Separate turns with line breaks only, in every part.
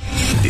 The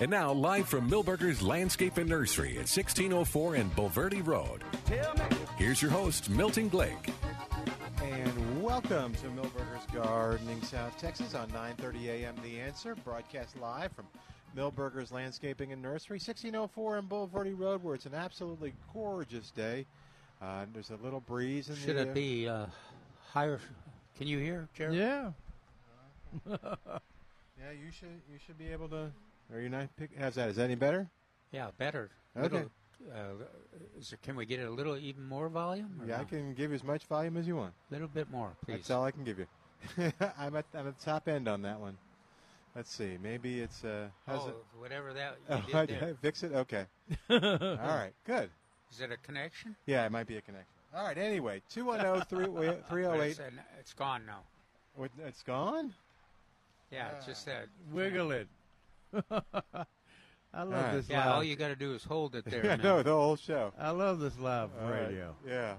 And now, live from Millburgers Landscape and Nursery at 1604 and Bulverde Road,
Tell me.
here's your host, Milton Blake.
And welcome to Millburgers Gardening, South Texas on 9:30 a.m. The Answer, broadcast live from Millburgers Landscaping and Nursery, 1604 on Boulevardy Road, where it's an absolutely gorgeous day. Uh, and there's a little breeze in
Should
the uh,
it be uh, higher? Can you hear, Jerry?
Yeah. yeah, you should you should be able to. Are you not? Pick, how's that? Is that any better?
Yeah, better.
Okay.
Little, uh, is there- can we get it a little even more volume? or
Yeah, I
no?
can give you as much volume as you want.
A little bit more, please.
That's all I can give you. I'm at I'm at the top end on that one. Let's see. Maybe it's uh, how's
Oh,
it?
whatever that you
Oh,
did
I-
there.
I fix it. Okay. All right. Good.
Is it a connection?
Yeah, it might be a connection. All right. Anyway, 210
But
308.
It's, an- it's gone now.
What- It's gone.
Yeah, it's just that.
Wiggle it. I love
Alright.
this
Yeah,
live.
all you got to do is hold it there.
Yeah,
man.
no, the whole show.
I love this live
All right,
radio.
Yeah.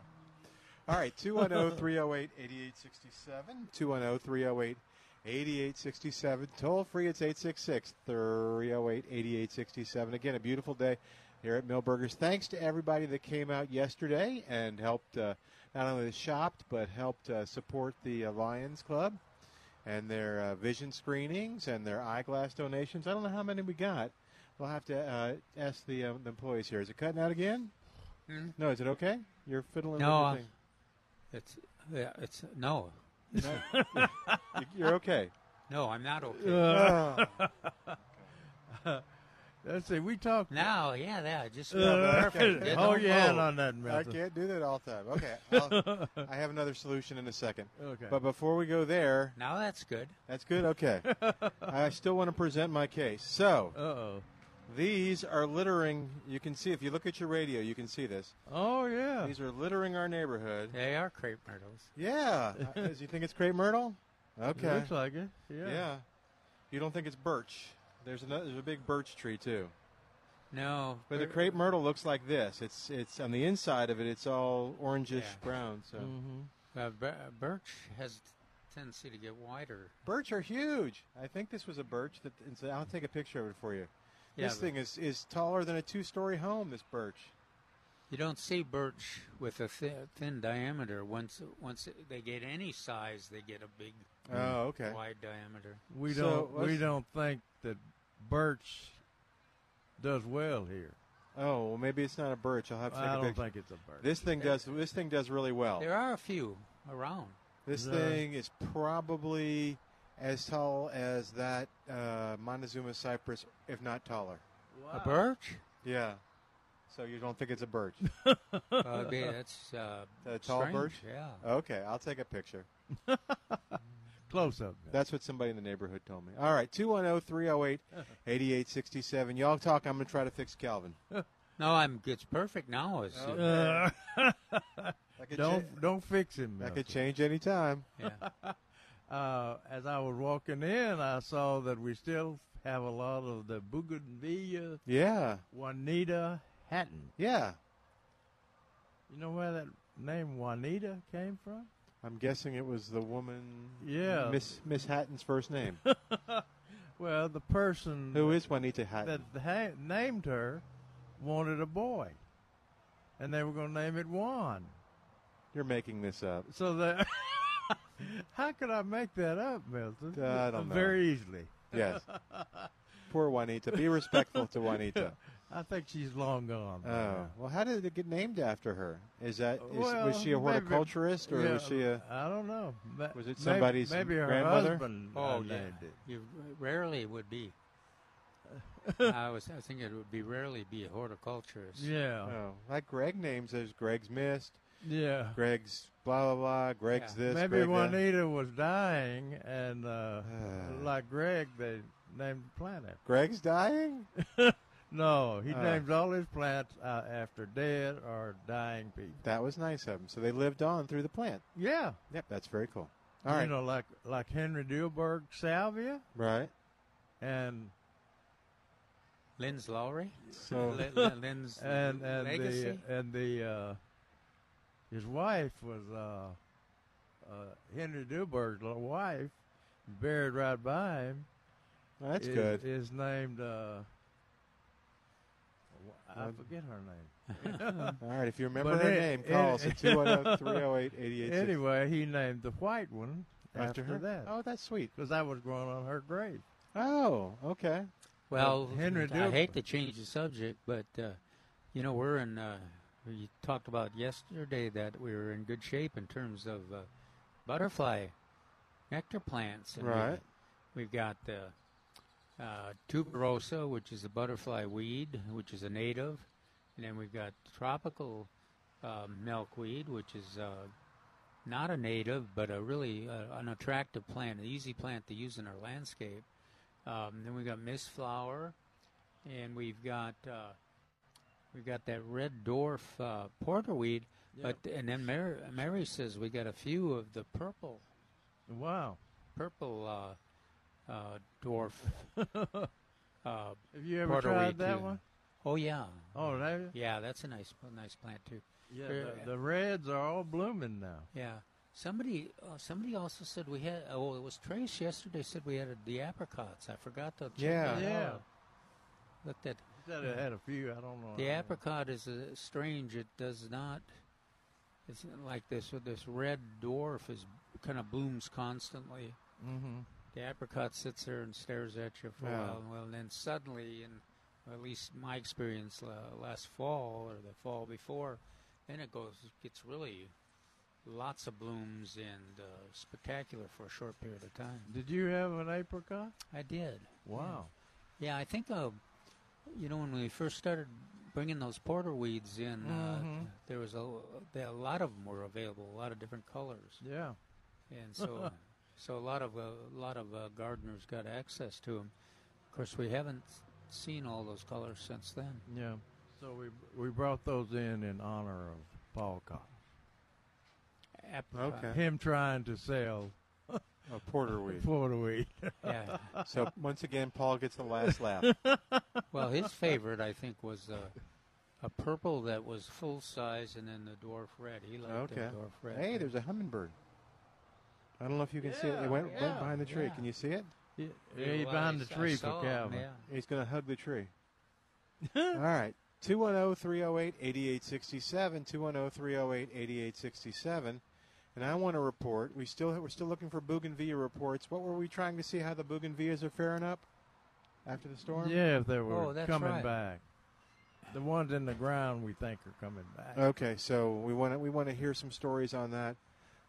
All right. oh, 210 308 8867. 210 308 8867. Toll free, it's 866 308 8867. Again, a beautiful day here at Millburgers. Thanks to everybody that came out yesterday and helped uh, not only shopped, but helped uh, support the uh, Lions Club and their uh, vision screenings and their eyeglass donations. I don't know how many we got. We'll have to uh, ask the, um, the employees here. Is it cutting out again? No, is it okay? You're fiddling
No,
with your
I'm-
thing.
It's yeah, it's no,
You- You're okay.
no, I'm not okay.
Uh.
Let's see. We talked.
now, yeah, that I just
okay.
perfect. didn't
Hold
it?
your hand
Oh.
on that,
I
Milton.
can't do that all the time. Okay, I'll, I have another solution in a second.
Okay.
But before we go there,
Now that's good.
that's good. Okay, I still want to present my case. So
Uh oh.
these are littering. You can see if you look at your radio, you can see this.
Oh yeah.
These are littering our neighborhood.
They are crepe myrtles.
Yeah. Uh, you think it's crepe myrtle? Okay.
Looks like it. Yeah.
yeah. You don't think it's birch? There's another. There's a big birch tree too.
No,
But the
we're-
crepe myrtle looks like this. It's it's on the inside of it. It's all orangish
Yeah.
brown. So
Hmm.
Uh, bir- uh, birch has a tendency to get wider.
birch are huge. I think this was a birch that. and so I'll take a picture of it for you.
Yeah,
this
but-
thing is is taller than a two story home. This birch.
You don't see birch with a thin, thin diameter. Once once they get any size, they get a big,
Oh, okay.
wide diameter.
We
So,
don't. we
let's-
don't think that birch does well here.
Oh, well, maybe it's not a birch. I'll have to take
I
a
don't
picture.
think it's a birch.
This thing does. This thing does really well.
There are a few around.
This
The-
thing is probably as tall as that uh, Montezuma cypress, if not taller.
A birch?
Yeah. So you don't think it's a birch?
uh, be- that's uh,
A tall
strange,
birch?
Yeah.
okay, I'll take a picture.
Close up.
That's what somebody in the neighborhood told me. All right, oh, 210 308 8867. Y'all talk. I'm going to try to fix Calvin.
No, I'm. It's perfect now. It's, uh,
Uh,
I could,
don't
cha-
don't fix him.
I
Milton.
could change any time.
yeah.
uh, as I was walking in, I saw that we still have a lot of the Bougainvillea
Yeah.
Juanita Hatton.
Yeah.
You know where that name Juanita came from?
I'm guessing it was the woman.
Yeah.
Miss Miss Hatton's first name.
Well, the person
Who is Juanita Hatton?
that ha- named her wanted a boy, and they were going to name it Juan.
You're making this up.
So the how could I make that up, Milton?
Uh, I don't know.
Very easily.
Yes. Poor Juanita. Be respectful to Juanita.
I think she's long gone. by
Oh,
now.
well, how did it get named after her? Is that is,
Well,
was she a
maybe-
horticulturist or
yeah,
was she a?
I don't know. But
Was it
maybe-
somebody's
maybe, her
grandmother?
Husband
Oh,
uh,
yeah.
named it.
You rarely would be. I was I was thinking it would be rarely be a horticulturist.
Yeah,
Oh, like Greg names. There's Greg's Mist,
yeah.
Greg's blah blah blah, Greg's
Yeah.
this.
Maybe
Greg that.
Juanita was dying, and uh, like Greg, they named the planet.
Greg's dying.
No, he
Ah.
names all his plants uh, after dead or dying people.
That was nice of him. So they lived on through the plant.
Yeah,
Yep, that's very cool. All right,
you know, like like Henry Dilberg salvia,
right.
and
Lynn's Lowry.
So
Lin- Lin- Lynn's
and and
legacy.
the and the uh, his wife was uh, uh, Henry Dilberg's little wife, buried right by him.
that's
is,
good.
Is named. Uh, I
Um,
forget her name.
All right, if you remember
But
her
it-
name,
it-
call us at oh, 210 308 8860.
Anyway, he named the white one after, that.
Oh, that's sweet.
Because I was growing on her grave.
Oh, okay.
well,
Henry
I
Dil-
hate to change the subject, but uh, you know we're in. Uh, we talked about yesterday that we were in good shape in terms of uh, butterfly nectar plants. and we-
Right.
We've got the uh, tuberosa, which is a butterfly weed, which is a native, and then we've got tropical uh, milkweed, which is uh, not a native, but a really uh, an attractive plant, an easy plant to use in our landscape. Um, then we've got mist flower, and we've got uh, we've got that red dwarf uh, porterweed. But and then Mary, Mary says we got a few of the purple
Wow.
purple uh, uh, dwarf. uh,
Have you ever
Porterweed,
tried that
too.
one?
oh yeah,
Oh, have you?
yeah, that's a nice a nice plant too.
Yeah.
Yeah.
The, the reds are all blooming now.
Yeah. Somebody uh, somebody also said we had. Oh, it was Trace yesterday. Said we had the apricots. I forgot to. Check
Yeah.
that
Yeah.
out. Looked at
He said it had a few. I don't know.
the apricot is uh, strange. It does not. It's not like this. with This red dwarf is kind of blooms constantly.
Mm-hmm.
The apricot sits there and stares at you for
Yeah.
a while. Well, and then suddenly, in at least my experience uh, last fall or the fall before, then it goes gets really lots of blooms and uh, spectacular for a short period of time.
Did you have an apricot?
I did.
Wow.
Yeah, I think uh, you know when we first started bringing those porter weeds in,
Mm-hmm.
uh, there was a, there- a lot of them were available, a lot of different colors,
Yeah.
and so so a lot of uh, a lot of uh, gardeners got access to them. Of course, we haven't seen all those colors since then.
Yeah. So we we brought those in in honor of Paul Cox.
Apricot.
Okay.
Him trying to sell
A porter weed.
porterweed.
Yeah.
so once again, Paul gets the last laugh.
Well, his favorite, I think, was uh, a purple that was full size, and then the dwarf red. He liked the
Okay.
dwarf red.
Hey, there's a hummingbird. I don't know if you can see it. It went, went
yeah,
behind the tree.
yeah.
Can you see it?
yeah,
Yeah,
he
well,
behind
I
the
s- I
tree
saw
for
'em,
Calvin.
yeah.
He's going to hug the tree. All right. 210 308 8867. 210 308 8867. And I want to report. We still we're still looking for bougainvillea reports. What were we trying to see how the bougainvilleas are faring up after the storm?
Yeah, if they were
Oh, that's
coming
right.
back. The ones in the ground we think are coming back.
Okay, so we want to we want to hear some stories on that.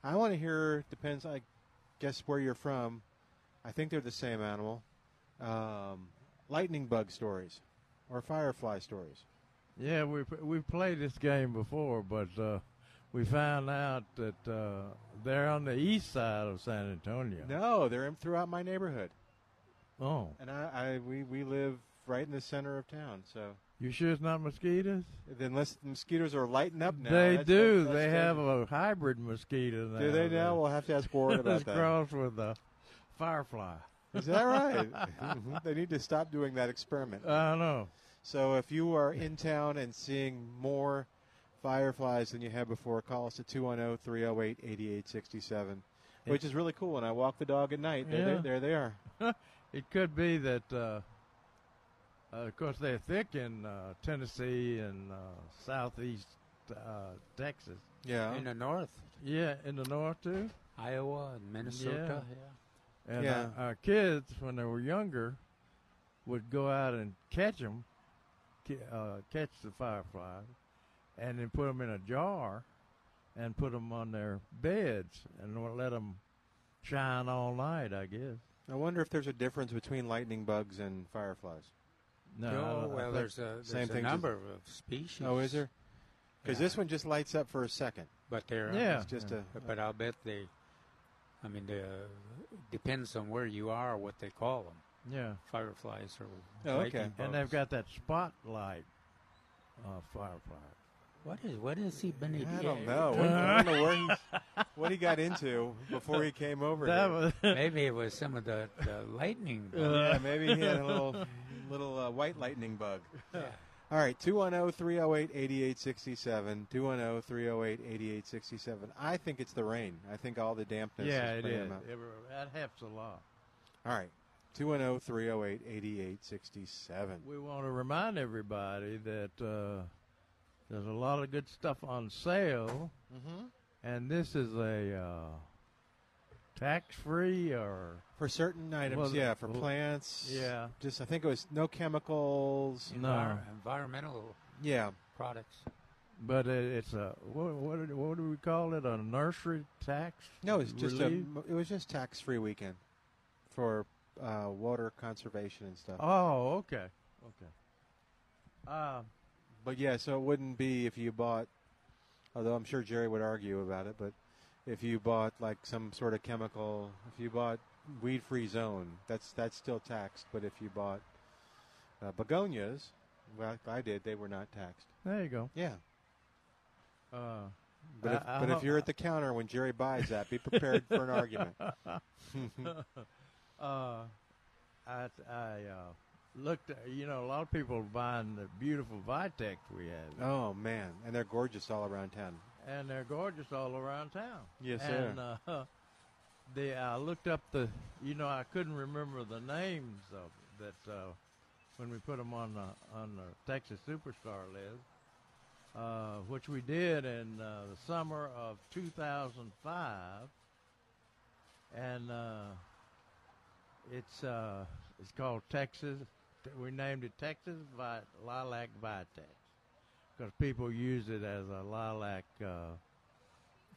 I want to hear depends. I guess where you're from. I think they're the same animal. Um, lightning bug stories or firefly stories.
yeah, we we played this game before, but uh, we found out that uh, they're on the east side of San Antonio.
No, they're in throughout my neighborhood,
Oh,
and I, I we we live right in the center of town. So
you sure it's not mosquitoes?
unless the mosquitoes are lighting up now,
they
that's-
do.
that's-
they
that's
have
dangerous.
a hybrid mosquito now.
Do they now?
that-
We'll have to ask Warren
that's
about that.
crossed with a firefly.
Is that right? they need to stop doing that experiment.
I know.
So if you are in town and seeing more fireflies than you have before, call us at oh, 210 308 8867, which is really cool. When I walk the dog at night, there,
Yeah.
they, there they are.
It could be that, uh, uh, of course, they're thick in uh, Tennessee and uh, southeast uh, Texas.
Yeah.
in the north,
Yeah, in the north too.
Iowa and Minnesota. Yeah.
And
Yeah.
our, our kids, when they were younger, would go out and catch them ca- uh, catch the fireflies, and then put them in a jar, and put them on their beds, and we'll let them shine all night. I guess.
I wonder if there's a difference between lightning bugs and fireflies.
No, I- I
no, Oh, well,
think-
there's a, there's
same
a
thing, just-
number of species.
Oh, is there? Because
Yeah.
this one just lights up for a second.
But they're um,
Yeah.
It's just a.
But I'll bet they. I mean, the, depends on where you are, what they call them,
yeah.
fireflies or.
Oh, okay.
lightning
And they've
bugs.
got that spotlight uh, firefly.
What is? What has he been?
I don't know. What, I don't know where he's, what he got into before he came over.
That
here.
was
Maybe it was some of the, the lightning. bugs.
yeah, maybe he had a little little uh, white lightning bug. All right, oh, 210-308-8867, oh, 210-308-8867. I think it's the rain. I think all the dampness
yeah,
is
it
bringing
is.
them up.
It re- that helps a lot.
All right, oh, 210-308-8867.
We want to remind everybody that uh, there's a lot of good stuff on sale, and this is a uh, tax-free or
For certain items,
Well,
yeah, for
well,
plants.
yeah.
Just I think it was no chemicals.
no,
Envir- environmental
Yeah.
products.
but it, it's a what, what did- what do we call it? A nursery tax?
No, it's just
relief?
a it was just tax-free weekend for uh, water conservation and stuff.
Oh, okay, okay. Uh,
But yeah, so it wouldn't be if you bought, although I'm sure Jerry would argue about it, but if you bought like some sort of chemical, if you bought weed free zone, that's that's still taxed. But if you bought uh, begonias, well, if I did, they were not taxed.
there you go.
Yeah.
Uh,
But, if,
I- I
but if
hope-
you're at the counter when Jerry buys that, be prepared for an argument.
Uh, I I uh, looked. At, you know, a lot of people are buying the beautiful Vitex we have,
Oh man, and they're gorgeous all around town.
and they're gorgeous all around town.
Yes, they
and, Uh, they I looked up the. You know, I couldn't remember the names of that uh, when we put them on the on the Texas Superstar list. Uh, which we did in uh, the summer of 2005, and uh, It's uh, it's called Texas. We named it Texas Vi- Lilac Vitex because people use it as a lilac uh,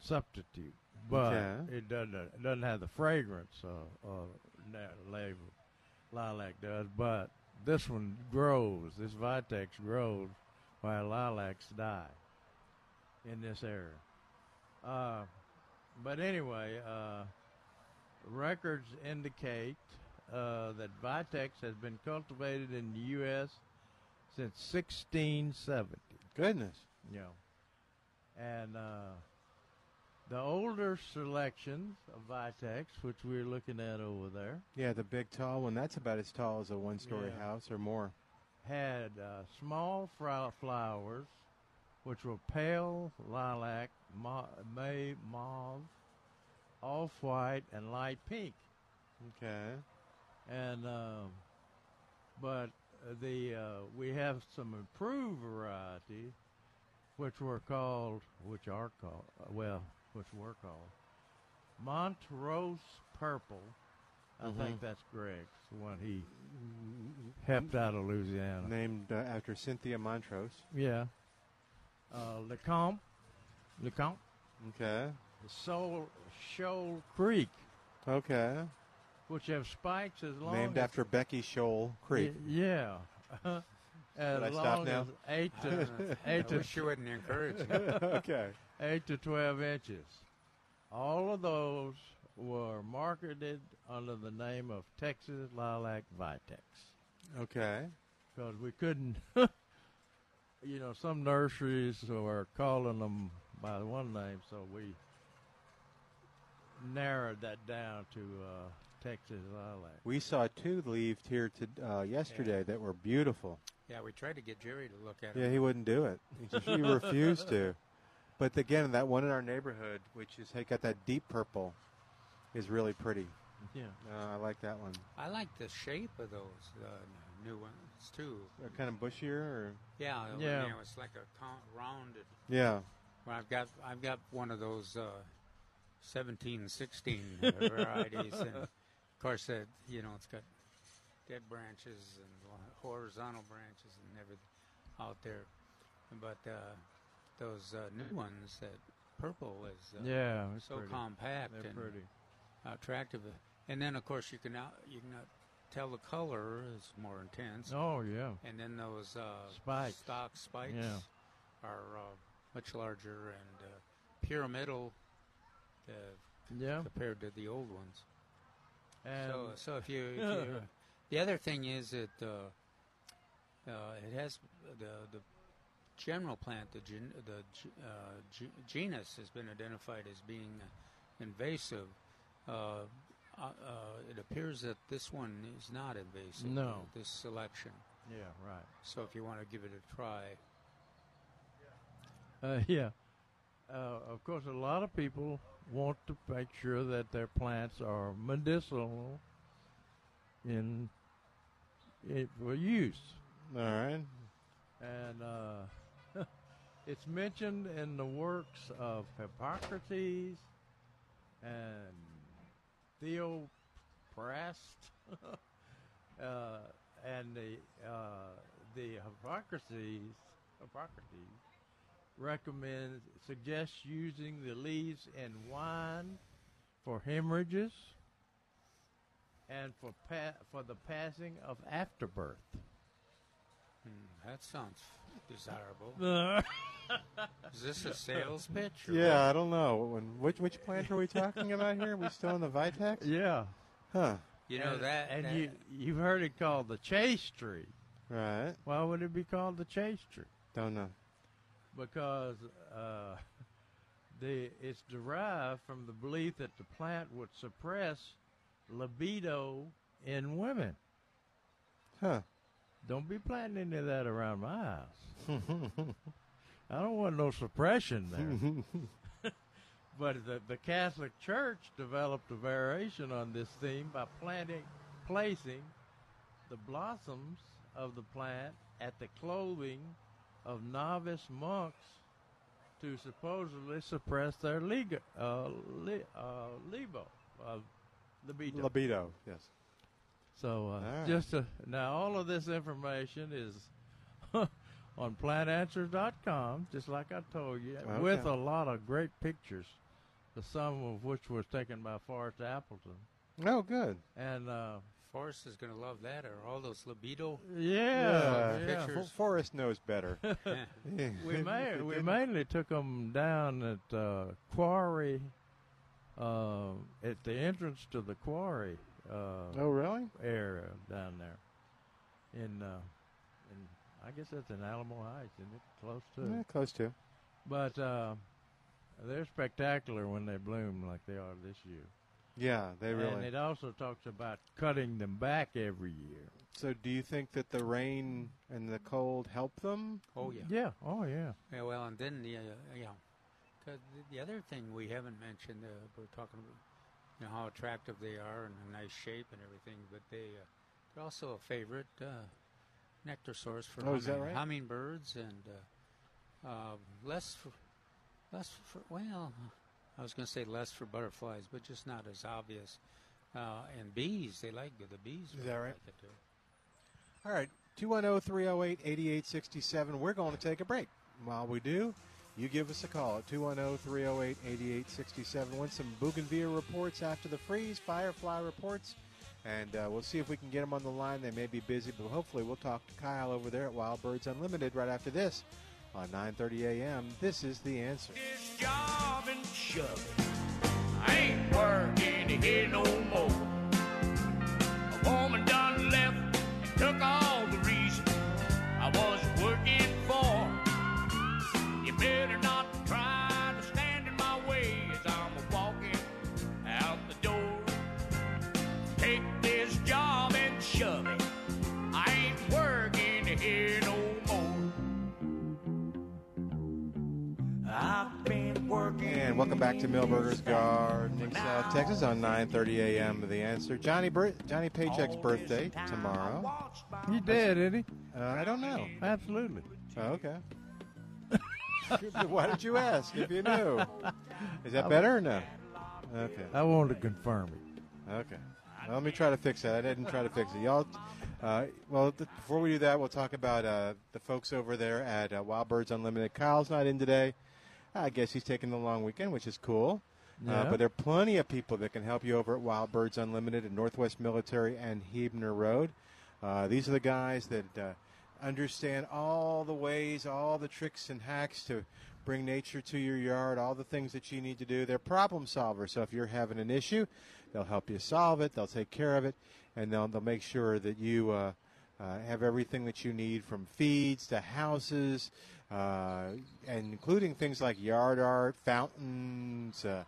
substitute, but
Okay.
it doesn't it doesn't have the fragrance uh, of that label lilac does. But this one grows. This Vitex grows while lilacs die in this area. Uh, but anyway. Uh, Records indicate uh, that Vitex has been cultivated in the U.S. since 1670.
Goodness.
Yeah. And uh, the older selections of Vitex, which we're looking at over there,
Yeah, the big tall one. That's about as tall as a one-story
Yeah.
house or more.
had uh, small fro- flowers, which were pale lilac, ma- may mauve, off-white, and light pink.
Okay.
and um, but the uh, we have some improved varieties, which were called, which are called, uh, well, which were called Montrose Purple. I think that's Greg's the one he helped out of Louisiana.
Named uh, after Cynthia Montrose.
Yeah, uh, Lecomte, Lecomte,
Okay.
Soul Shoal Creek,
Okay.
which have spikes as long
Named
as
after Becky Shoal Creek.
Y- Yeah. as
I stop
long
now?
as eight to
I
eight to
wish you wouldn't encourage me.
okay.
eight to twelve inches. All of those were marketed under the name of Texas Lilac Vitex
Okay.
because we couldn't. you know, some nurseries were calling them by one name, so we narrowed that down to uh, Texas Lilac.
We saw two leaved here to, uh, yesterday that were beautiful.
yeah, we tried to get Jerry to look at it.
Yeah, he wouldn't do it. He just- he refused to. But again, that one in our neighborhood, which is hey, got that deep purple, is really pretty.
Yeah.
Uh, I like that one.
I like the shape of those uh, new ones too.
They're kind of bushier. Or?
Yeah, you
Yeah.
know, it's like a con- rounded.
Yeah.
Well, I've got I've got one of those uh, seventeen, sixteen varieties, and of course uh, that you know it's got dead branches and lo- horizontal branches and everything. out there. But uh, those uh, new ones that purple is uh,
Yeah, it's
so
pretty.
compact
They're
and
pretty.
attractive. And then of course you can out, you can out tell the color is more intense.
Oh yeah.
And then those uh,
Spikes.
stock spikes
Yeah.
are uh, much larger and uh, pyramidal uh,
Yeah.
compared to the old ones.
And
so, so if you, if you the other thing is that uh, uh, it has the the general plant, the gen, the g- uh, g- genus has been identified as being invasive. Uh, uh, uh, it appears that this one is not invasive.
No.
this selection.
yeah, right.
So if you want to give it a try,
Uh, yeah. Uh, of course, a lot of people want to make sure that their plants are medicinal in it for use,
All right.
and uh, it's mentioned in the works of Hippocrates and Theoprast, uh, and the uh, the Hippocrates Hippocrates recommends suggests using the leaves in wine for hemorrhages and for pa- for the passing of afterbirth.
hmm, that sounds desirable. Is this a sales pitch? or
Yeah, I don't know. When, which which plant are we talking about here? Are we still in the Vitex?
yeah,
Huh.
what? you know
and,
that.
and
that-
you you've heard it called the chase tree.
Right.
Why would it be called the chase tree?
Don't know.
Because uh, the it's derived from the belief that the plant would suppress libido in women.
Huh.
Don't be planting any of that around my house. I don't want no suppression there. but the, the Catholic Church developed a variation on this theme by planting, placing the blossoms of the plant at the clothing of novice monks to supposedly suppress their lega, uh, li, uh, libo, uh, libido.
Libido. Yes.
So uh,
right.
just to, now, all of this information is on plantanswers.com, just like I told you,
Okay.
with a lot of great pictures, the some of which was taken by Forrest Appleton.
Oh, good.
And uh,
Forrest is going to love that. Or all those libido.
yeah,
Yeah.
yeah.
Fo- Forrest knows better.
we ma- we
didn't-
mainly took them down at uh, Quarry, uh, at the entrance to the Quarry uh,
Oh, really?
area down there, in uh, in I guess that's in Alamo Heights, isn't it? Close to. it.
Yeah, close to.
But uh, they're spectacular when they bloom like they are this year.
Yeah, they
And
really.
it also talks about cutting them back every year.
so, do you think that the rain and the cold help them?
Oh yeah.
Yeah. Oh, yeah.
Yeah, well, and then the uh, yeah, 'Cause the- the other thing we haven't mentioned, uh, we're talking about you know how attractive they are and a nice shape and everything, but they uh, they're also a favorite uh, nectar source for
Oh, is that
humming-
right?
hummingbirds and uh, uh, less for less for well, I was going to say less for butterflies, but just not as obvious. Uh, and bees, they like the bees.
Is
really
that right?
Like it too.
All right, oh, 210 308 8867. We're going to take a break. While we do, you give us a call at oh, 210 308 8867. Win some Bougainvillea reports after the freeze, Firefly reports, and uh, we'll see if we can get them on the line. They may be busy, but hopefully we'll talk to Kyle over there at Wild Birds Unlimited right after this on 9.30 a.m. This is The Answer.
This job and shove it. I ain't working here no more. A woman done left and took all the reason I was working for. You better not try to stand in my way as I'm walking out the door. Take this job and shove it. I ain't working here no more. I've been working.
And welcome back to Millburgers Gardening, South Texas, on 9:30 a.m. The answer. Johnny Bir- Johnny Paycheck's birthday tomorrow.
He did, isn't he?
Uh, I don't know.
Absolutely.
Oh, okay. Why did you ask if you knew? Is that better or no? Okay.
I wanted to confirm it.
Okay. Well, let me try to fix that. I didn't try to fix it. Y'all, Uh, well, th- before we do that, we'll talk about uh, the folks over there at uh, Wild Birds Unlimited. Kyle's not in today. I guess he's taking the long weekend, which is cool. Uh,
Yeah.
but there are plenty of people that can help you over at Wild Birds Unlimited at Northwest Military and Hebner Road. Uh, these are the guys that uh, understand all the ways, all the tricks and hacks to bring nature to your yard, all the things that you need to do. They're problem solvers. So if you're having an issue, they'll help you solve it, they'll take care of it, and they'll, they'll make sure that you. Uh, uh, have everything that you need from feeds to houses, uh, and including things like yard art, fountains, uh,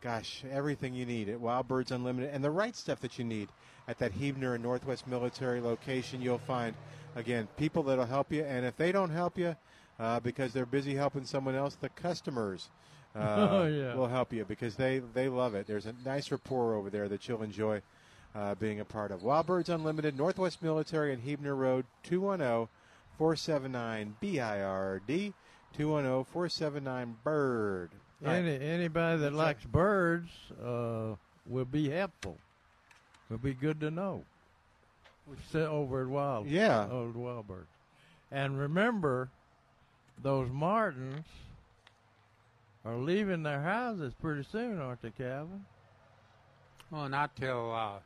gosh, everything you need at Wild Birds Unlimited, and the right stuff that you need at that Hebner and Northwest Military location. You'll find, again, people that'll help you, and if they don't help you uh, because they're busy helping someone else, the customers uh,
Oh, yeah.
will help you because they they love it. There's a nice rapport over there that you'll enjoy uh, being a part of. Wild Birds Unlimited, Northwest Military and Hebner Road, 210 479 BIRD, 210 479 BIRD.
Any, anybody that
That's
likes birds uh, will be helpful. Will be good to know. We sit over at Wild.
Yeah.
Old Wild Birds. And remember, those martins are leaving their houses pretty soon, aren't they, Calvin?
Well, not till uh,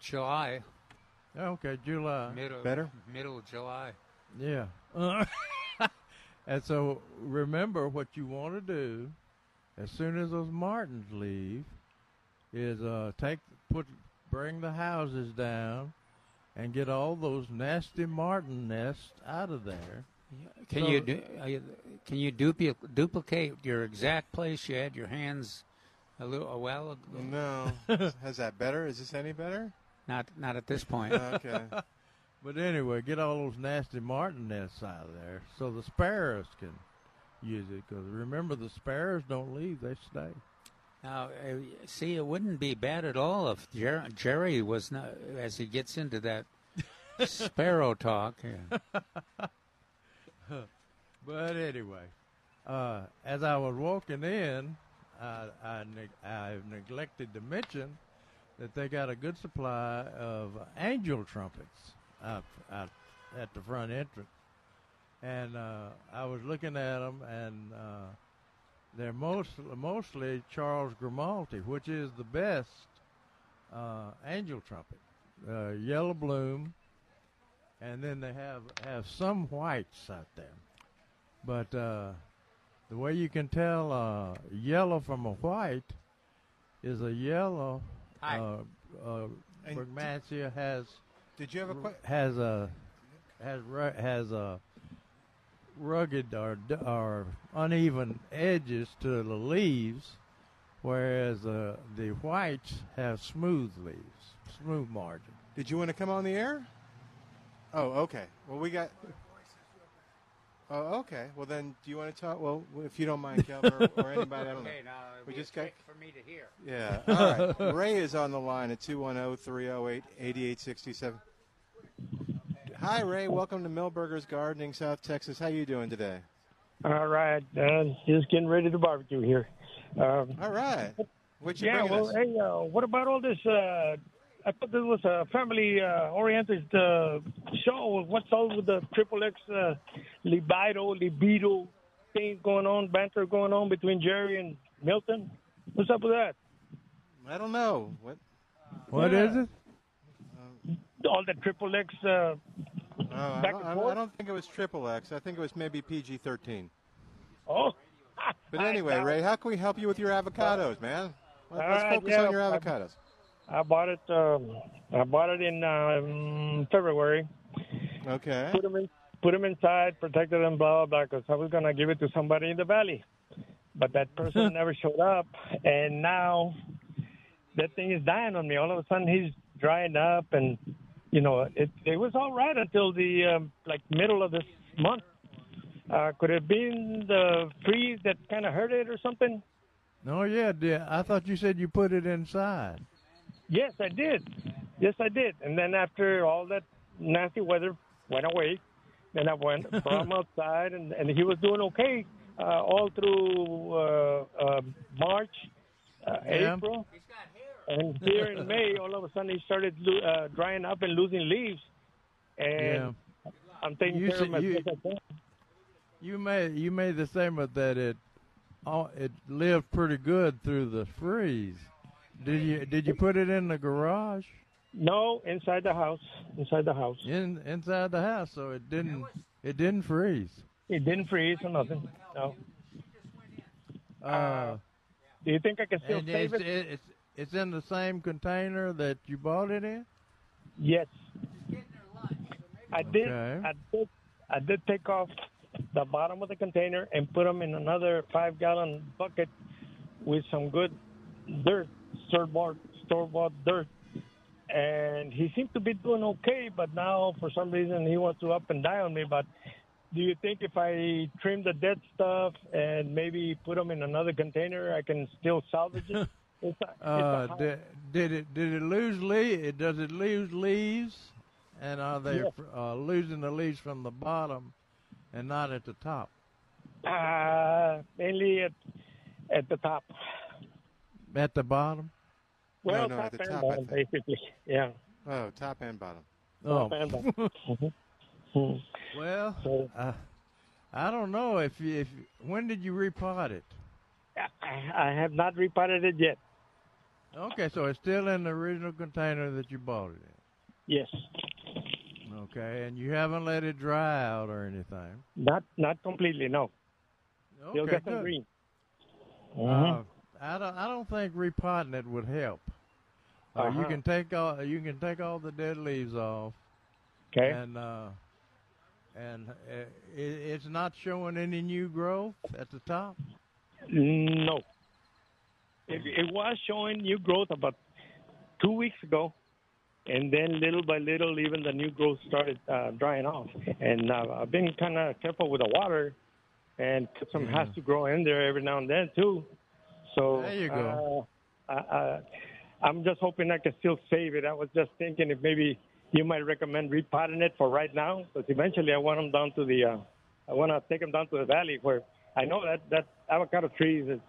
July,
Okay, July.
middle
better?
middle of July.
Yeah. Uh, and so remember what you want to do as soon as those martins leave is uh, take put bring the houses down and get all those nasty martin nests out of there.
Can
So-
you do, uh, can you dupli- duplicate your exact place you had your hands a little a while ago?
No. Has that better? Is this any better?
Not not at this point.
Okay.
But anyway, get all those nasty martin nests out of there so the sparrows can use it because remember the sparrows don't leave; they stay.
Now, uh, see, it wouldn't be bad at all if Jer- Jerry was not, as he gets into that sparrow talk.
But anyway, uh, as I was walking in, I, I, neg- I neglected to mention that they got a good supply of angel trumpets out, out at the front entrance. And uh, I was looking at them, and uh, they're most, mostly Charles Grimaldi, which is the best uh, angel trumpet. Uh, yellow bloom, and then they have, have some whites out there. But uh, the way you can tell uh, yellow from a white is a yellow.
Hi.
Uh, uh,
And
Brugmansia has
Did you have a question?
has a has ru- has a rugged or d- or uneven edges to the leaves, whereas uh, the whites have smooth leaves, smooth margin.
Did you want to come on the air? Oh, okay. Well, we got. Oh, okay. Well, then, do you want to talk? Well, if you don't mind, Kelvin, or, or anybody, I don't know.
now
We be a just got- trick
for me to hear.
Yeah. All right. Ray is on the line at oh, 210 308 8867. Hi, Ray. Welcome to Millburgers Gardening, South Texas. How you doing today?
All right, uh, just getting ready to barbecue here. Um,
All right. What you
yeah,
bringing
well,
us?
hey, uh, what about all this? Uh, I thought this was a family-oriented uh, show. What's all with the triple X uh, libido, libido things going on, banter going on between Jerry and Milton? What's up with that?
I don't know. What?
What is it?
All the triple X. Uh,
Oh, I,
Back
don't,
and
I,
forth?
I don't think it was triple X. I think it was maybe PG 13.
oh,
But anyway,
I,
Ray, how can we help you with your avocados, man? Let, us
right,
focus
yeah,
on your
I-
avocados.
I bought it. Um, I bought it in um, February.
Okay.
put them in, put 'em inside, protected them, blah blah blah. Because I was gonna give it to somebody in the valley, but that person never showed up, and now that thing is dying on me. All of a sudden, he's drying up, and you know, it it was all right until the um, like middle of this month. Uh, could it be the freeze that kind of hurt it or something?
No, yeah, dear. I thought you said you put it inside.
Yes, I did. Yes, I did. And then after all that nasty weather went away, then I went from outside, and, and he was doing okay uh, all through uh, uh, March, uh,
Yeah.
April, and here in May, all of a sudden, it started lo- uh, drying up and losing leaves. And I'm taking
You
care
said
of my
you-
business.
You made you made the statement that it all it lived pretty good through the freeze. Did you did you put it in the garage
No, inside the house. Inside the house.
in inside the house so it didn't it didn't freeze?
It didn't freeze or nothing. No.
Uh,
Do you think I can still
and
save
it's,
it?
it's it's in the same container that you bought it in.
Yes. I did.
Okay.
I did. I did take off the bottom of the container and put them in another five-gallon bucket with some good dirt, store-bought, store-bought dirt. And he seemed to be doing okay, but now for some reason he wants to up and down me. But do you think if I trim the dead stuff and maybe put them in another container, I can still salvage it? It's a- it's a
Uh,
high-
did, did it did it lose leaves? Does it lose leaves? And are they
Yes.
uh, losing the leaves from the bottom and not at the top?
Uh, mainly at at the top.
At the bottom?
Well,
no,
top
at the
and
top, I
bottom,
think.
basically. Yeah.
Oh, top and bottom.
Oh.
Top and bottom. Mhm.
Well,
So-
uh, I don't know if you, if when did you repot it?
I, I have not repotted it yet.
Okay, so it's still in the original container that you bought it
Yes.
in. Okay, and you haven't let it dry out or anything.
Not not completely. No.
Okay,
Still got some
good.
green. Mm-hmm.
Uh, I don't. I don't think repotting it would help. Uh, You
Uh-huh.
can take all. You can take all the dead leaves off,
Okay.
and uh, and uh, it, it's not showing any new growth at the top.
no. It, it was showing new growth about two weeks ago, and then little by little, even the new growth started uh, drying off. And uh, I've been kind of careful with the water, and put some has to grow in there every now and then too. So
Mm. There you go.
Uh, I, I, I'm just hoping I can still save it. I was just thinking if maybe you might recommend repotting it for right now, because eventually I want them down to the, uh, I want to take them down to the valley where I know that that avocado trees is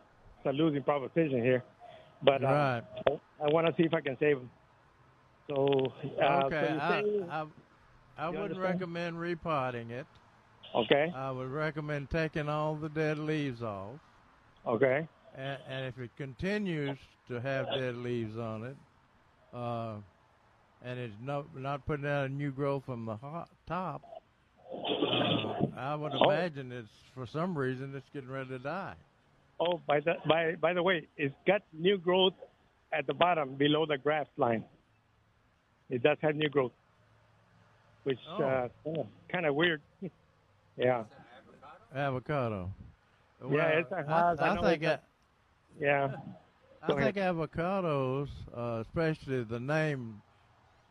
it's a losing proposition here, but uh,
Right.
I, I want to see if I can save them. So uh,
okay,
so you
I,
say-
I, I
you
wouldn't
understand?
recommend repotting it.
okay,
I would recommend taking all the dead leaves off,
okay,
and, and if it continues to have dead leaves on it, uh, and it's not not putting out a new growth from the hot top, uh, I would imagine it's for some reason it's getting ready to die.
Oh, by the by, by the way, it's got new growth at the bottom below the grass line. It does have new growth, which
Oh.
uh, kind of weird. yeah,
Avocado.
it's a house,
I,
I
I
know
think
it's
a-
yeah.
I
Go ahead.
think avocados, uh, especially the name,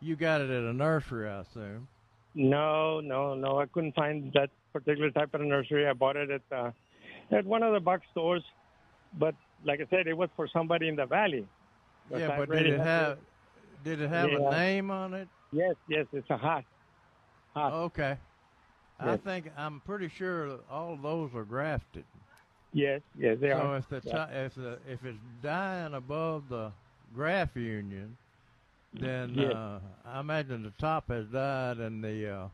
you got it at a nursery, I assume.
No, no, no. I couldn't find that particular type of nursery. I bought it at uh, at one of the box stores, but like I said, it was for somebody in the valley. Because
yeah,
I
but did
really
it
had to-
have did it have
Yeah.
a name on it?
Yes, yes, it's a hot. Hot.
Okay. I
Yes.
think I'm pretty sure all those are grafted.
Yes, yes, they
so
are.
if the ti if the if it's dying above the graph union, then
Yeah.
uh, I imagine the top has died, and the uh,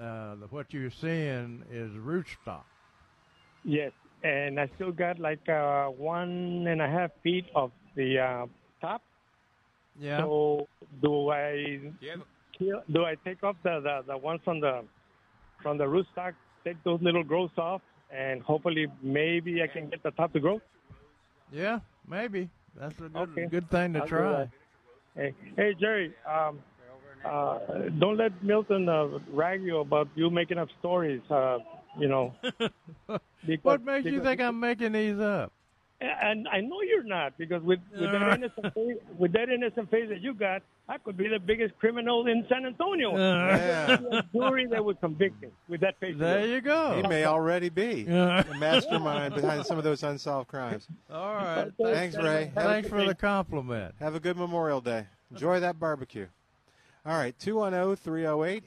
uh, the, what you're seeing is rootstock.
Yes, and I still got like uh, one and a half feet of the uh, top.
Yeah.
So do I kill, do I take off the, the, the ones from the from the rootstock? Take those little growths off, and hopefully maybe I can get the top to grow.
yeah, maybe that's a good
Okay.
good thing to
I'll do
try.
that. Hey, hey Jerry, um, uh, don't let Milton uh, rag you about you making up stories. Uh, you know, because,
What makes you
because-
think I'm making these up?
And I know you're not because with, with
Uh.
that innocent face, with that innocent face that you got, I could be the biggest criminal in San Antonio.
Yeah.
A jury that would convict me with that face.
Uh. There you
He
go.
Oh.
may already be the mastermind behind some of those unsolved crimes.
All right.
Thanks, Ray. Have,
Thanks for the compliment.
have a good Memorial Day. Enjoy that barbecue. All right, oh, 210 308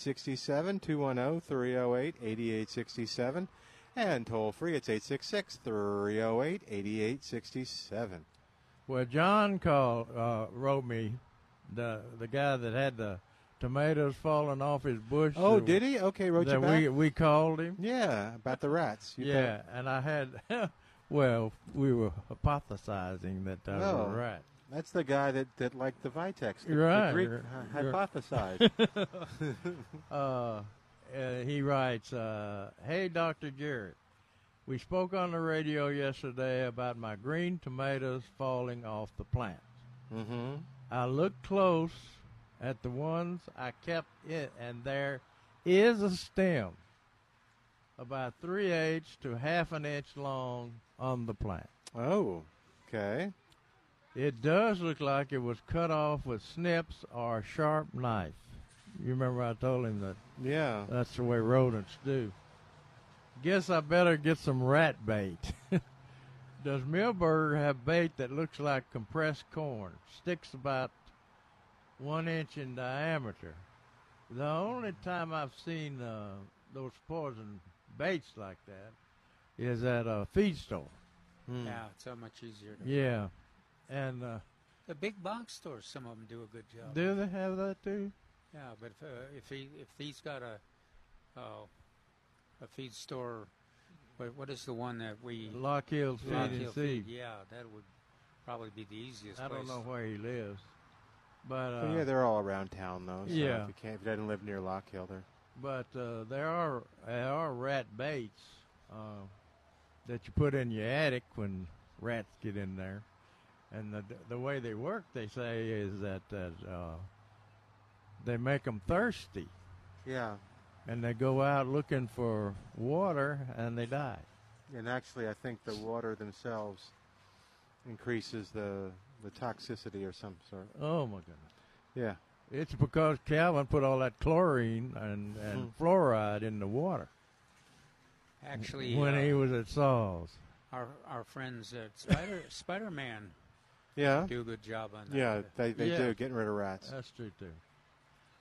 8867, 210 308 8867, oh and toll free, it's 866 308 8867.
Well, John called, uh, wrote me, the the guy that had the tomatoes falling off his bush.
Oh,
that-
did he? Okay, wrote you
that
back.
we we called him.
yeah, about the rats. You
yeah, and I had, well, we were hypothesizing that I
Oh.
was right.
thought- that's the guy that, that liked the Vitex. The,
Right,
The Greek
you're-
hy-
you're-
hypothesized.
uh, uh, he writes, uh, "Hey, Doctor Garrett, we spoke on the radio yesterday about my green tomatoes falling off the plants. Mm-hmm. I looked close at the ones I kept in, and there is a stem about three eighths to half an inch long on the plant.
oh, okay.
It does look like it was cut off with snips or a sharp knife. You remember I told him that."
Yeah.
That's the way rodents do. Guess I better get some rat bait. Does Millburger have bait that looks like compressed corn? Sticks about one inch in diameter. The only time I've seen uh, those poison baits like that is at a feed store.
Yeah, it's so much easier. To,
Yeah. And uh,
The big box stores, some of them do a good job.
do they have that too?
Yeah, but if, uh, if he if he's got a uh, a feed store, but what is the one that we
Lock Hills Feed
Rock Hill
and Seed.
Yeah, that would probably be the easiest.
I don't
place.
know where he lives. But uh,
But yeah, they're all around town though. So
yeah.
If you can't, if you didn't live near Lock Hill, they're
But uh, there are there are rat baits uh, that you put in your attic when rats get in there, and the the way they work, they say, is that uh, uh, they make them thirsty,
yeah.
and they go out looking for water, and they die.
And actually, I think the water themselves increases the the toxicity or some sort.
Oh my goodness!
Yeah.
It's because Calvin put all that chlorine and, and fluoride in the water
Actually,
when
uh,
he was at Saul's.
our our friends at Spider Spider Man
Yeah.
do a good job on that.
Yeah. They, they
Yeah.
do getting rid of rats.
That's true too.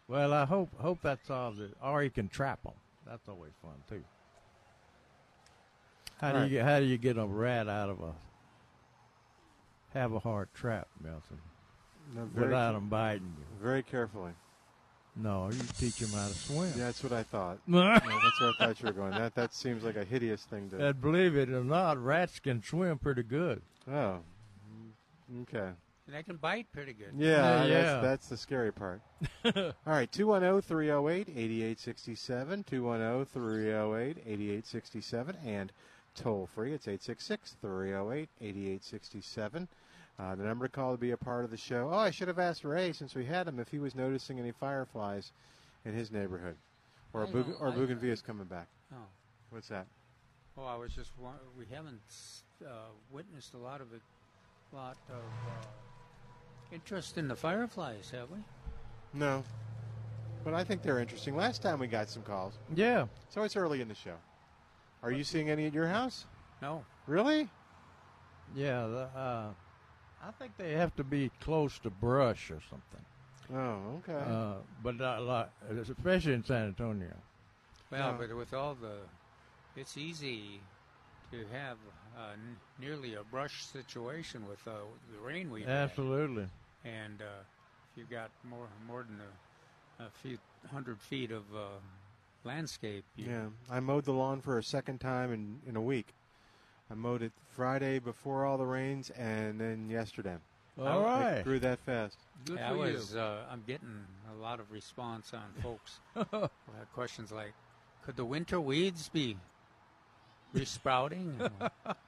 Well, I hope hope that solves it, or you can trap them. That's always fun too. How do
Right.
you how do you get a rat out of a have a hard trap, Milton,
No,
Without
very,
'em Uh, without them biting you?
very carefully.
No, you teach them how to swim.
Yeah, that's what I thought. Yeah, that's where I thought you were going. That that seems like a hideous thing to.
and believe it or not, rats can swim pretty good.
Oh. Mm, Okay.
and they can bite pretty good.
Yeah,
Yeah,
That's,
yeah.
that's the scary part. All right, oh, 210 308 8867, 210 308 8867, and toll free. It's 866 308 8867. Uh, The number to call to be a part of the show. Oh, I should have asked Ray since we had him if he was noticing any fireflies in his neighborhood. Or,
I
Boug-
don't-
or
I-
Bougainvillea's coming back.
Oh.
What's that?
Oh, I was just wa- we haven't s- uh, witnessed a lot of it, lot of uh, interest in the fireflies, have we?
No. But I think they're interesting. Last time we got some calls.
Yeah,
So it's early in the show. Are you seeing any at your house?
No.
Really?
yeah. The, uh, I think they have to be close to brush or something.
Oh, okay.
Uh, but not a lot, especially in San Antonio.
Well,
No.
but with all the, it's easy to have uh, n- nearly a brush situation with uh, the rain we've
Absolutely.
had, and uh, if you've got more more than a, a few hundred feet of uh, landscape. You,
yeah, I mowed the lawn for a second time in, in a week. I mowed it Friday before all the rains, and then yesterday.
All right.
It grew that fast.
Good
I
for
was.
you.
Uh, I'm getting a lot of response on folks. uh, questions like, "Could the winter weeds be resprouting?"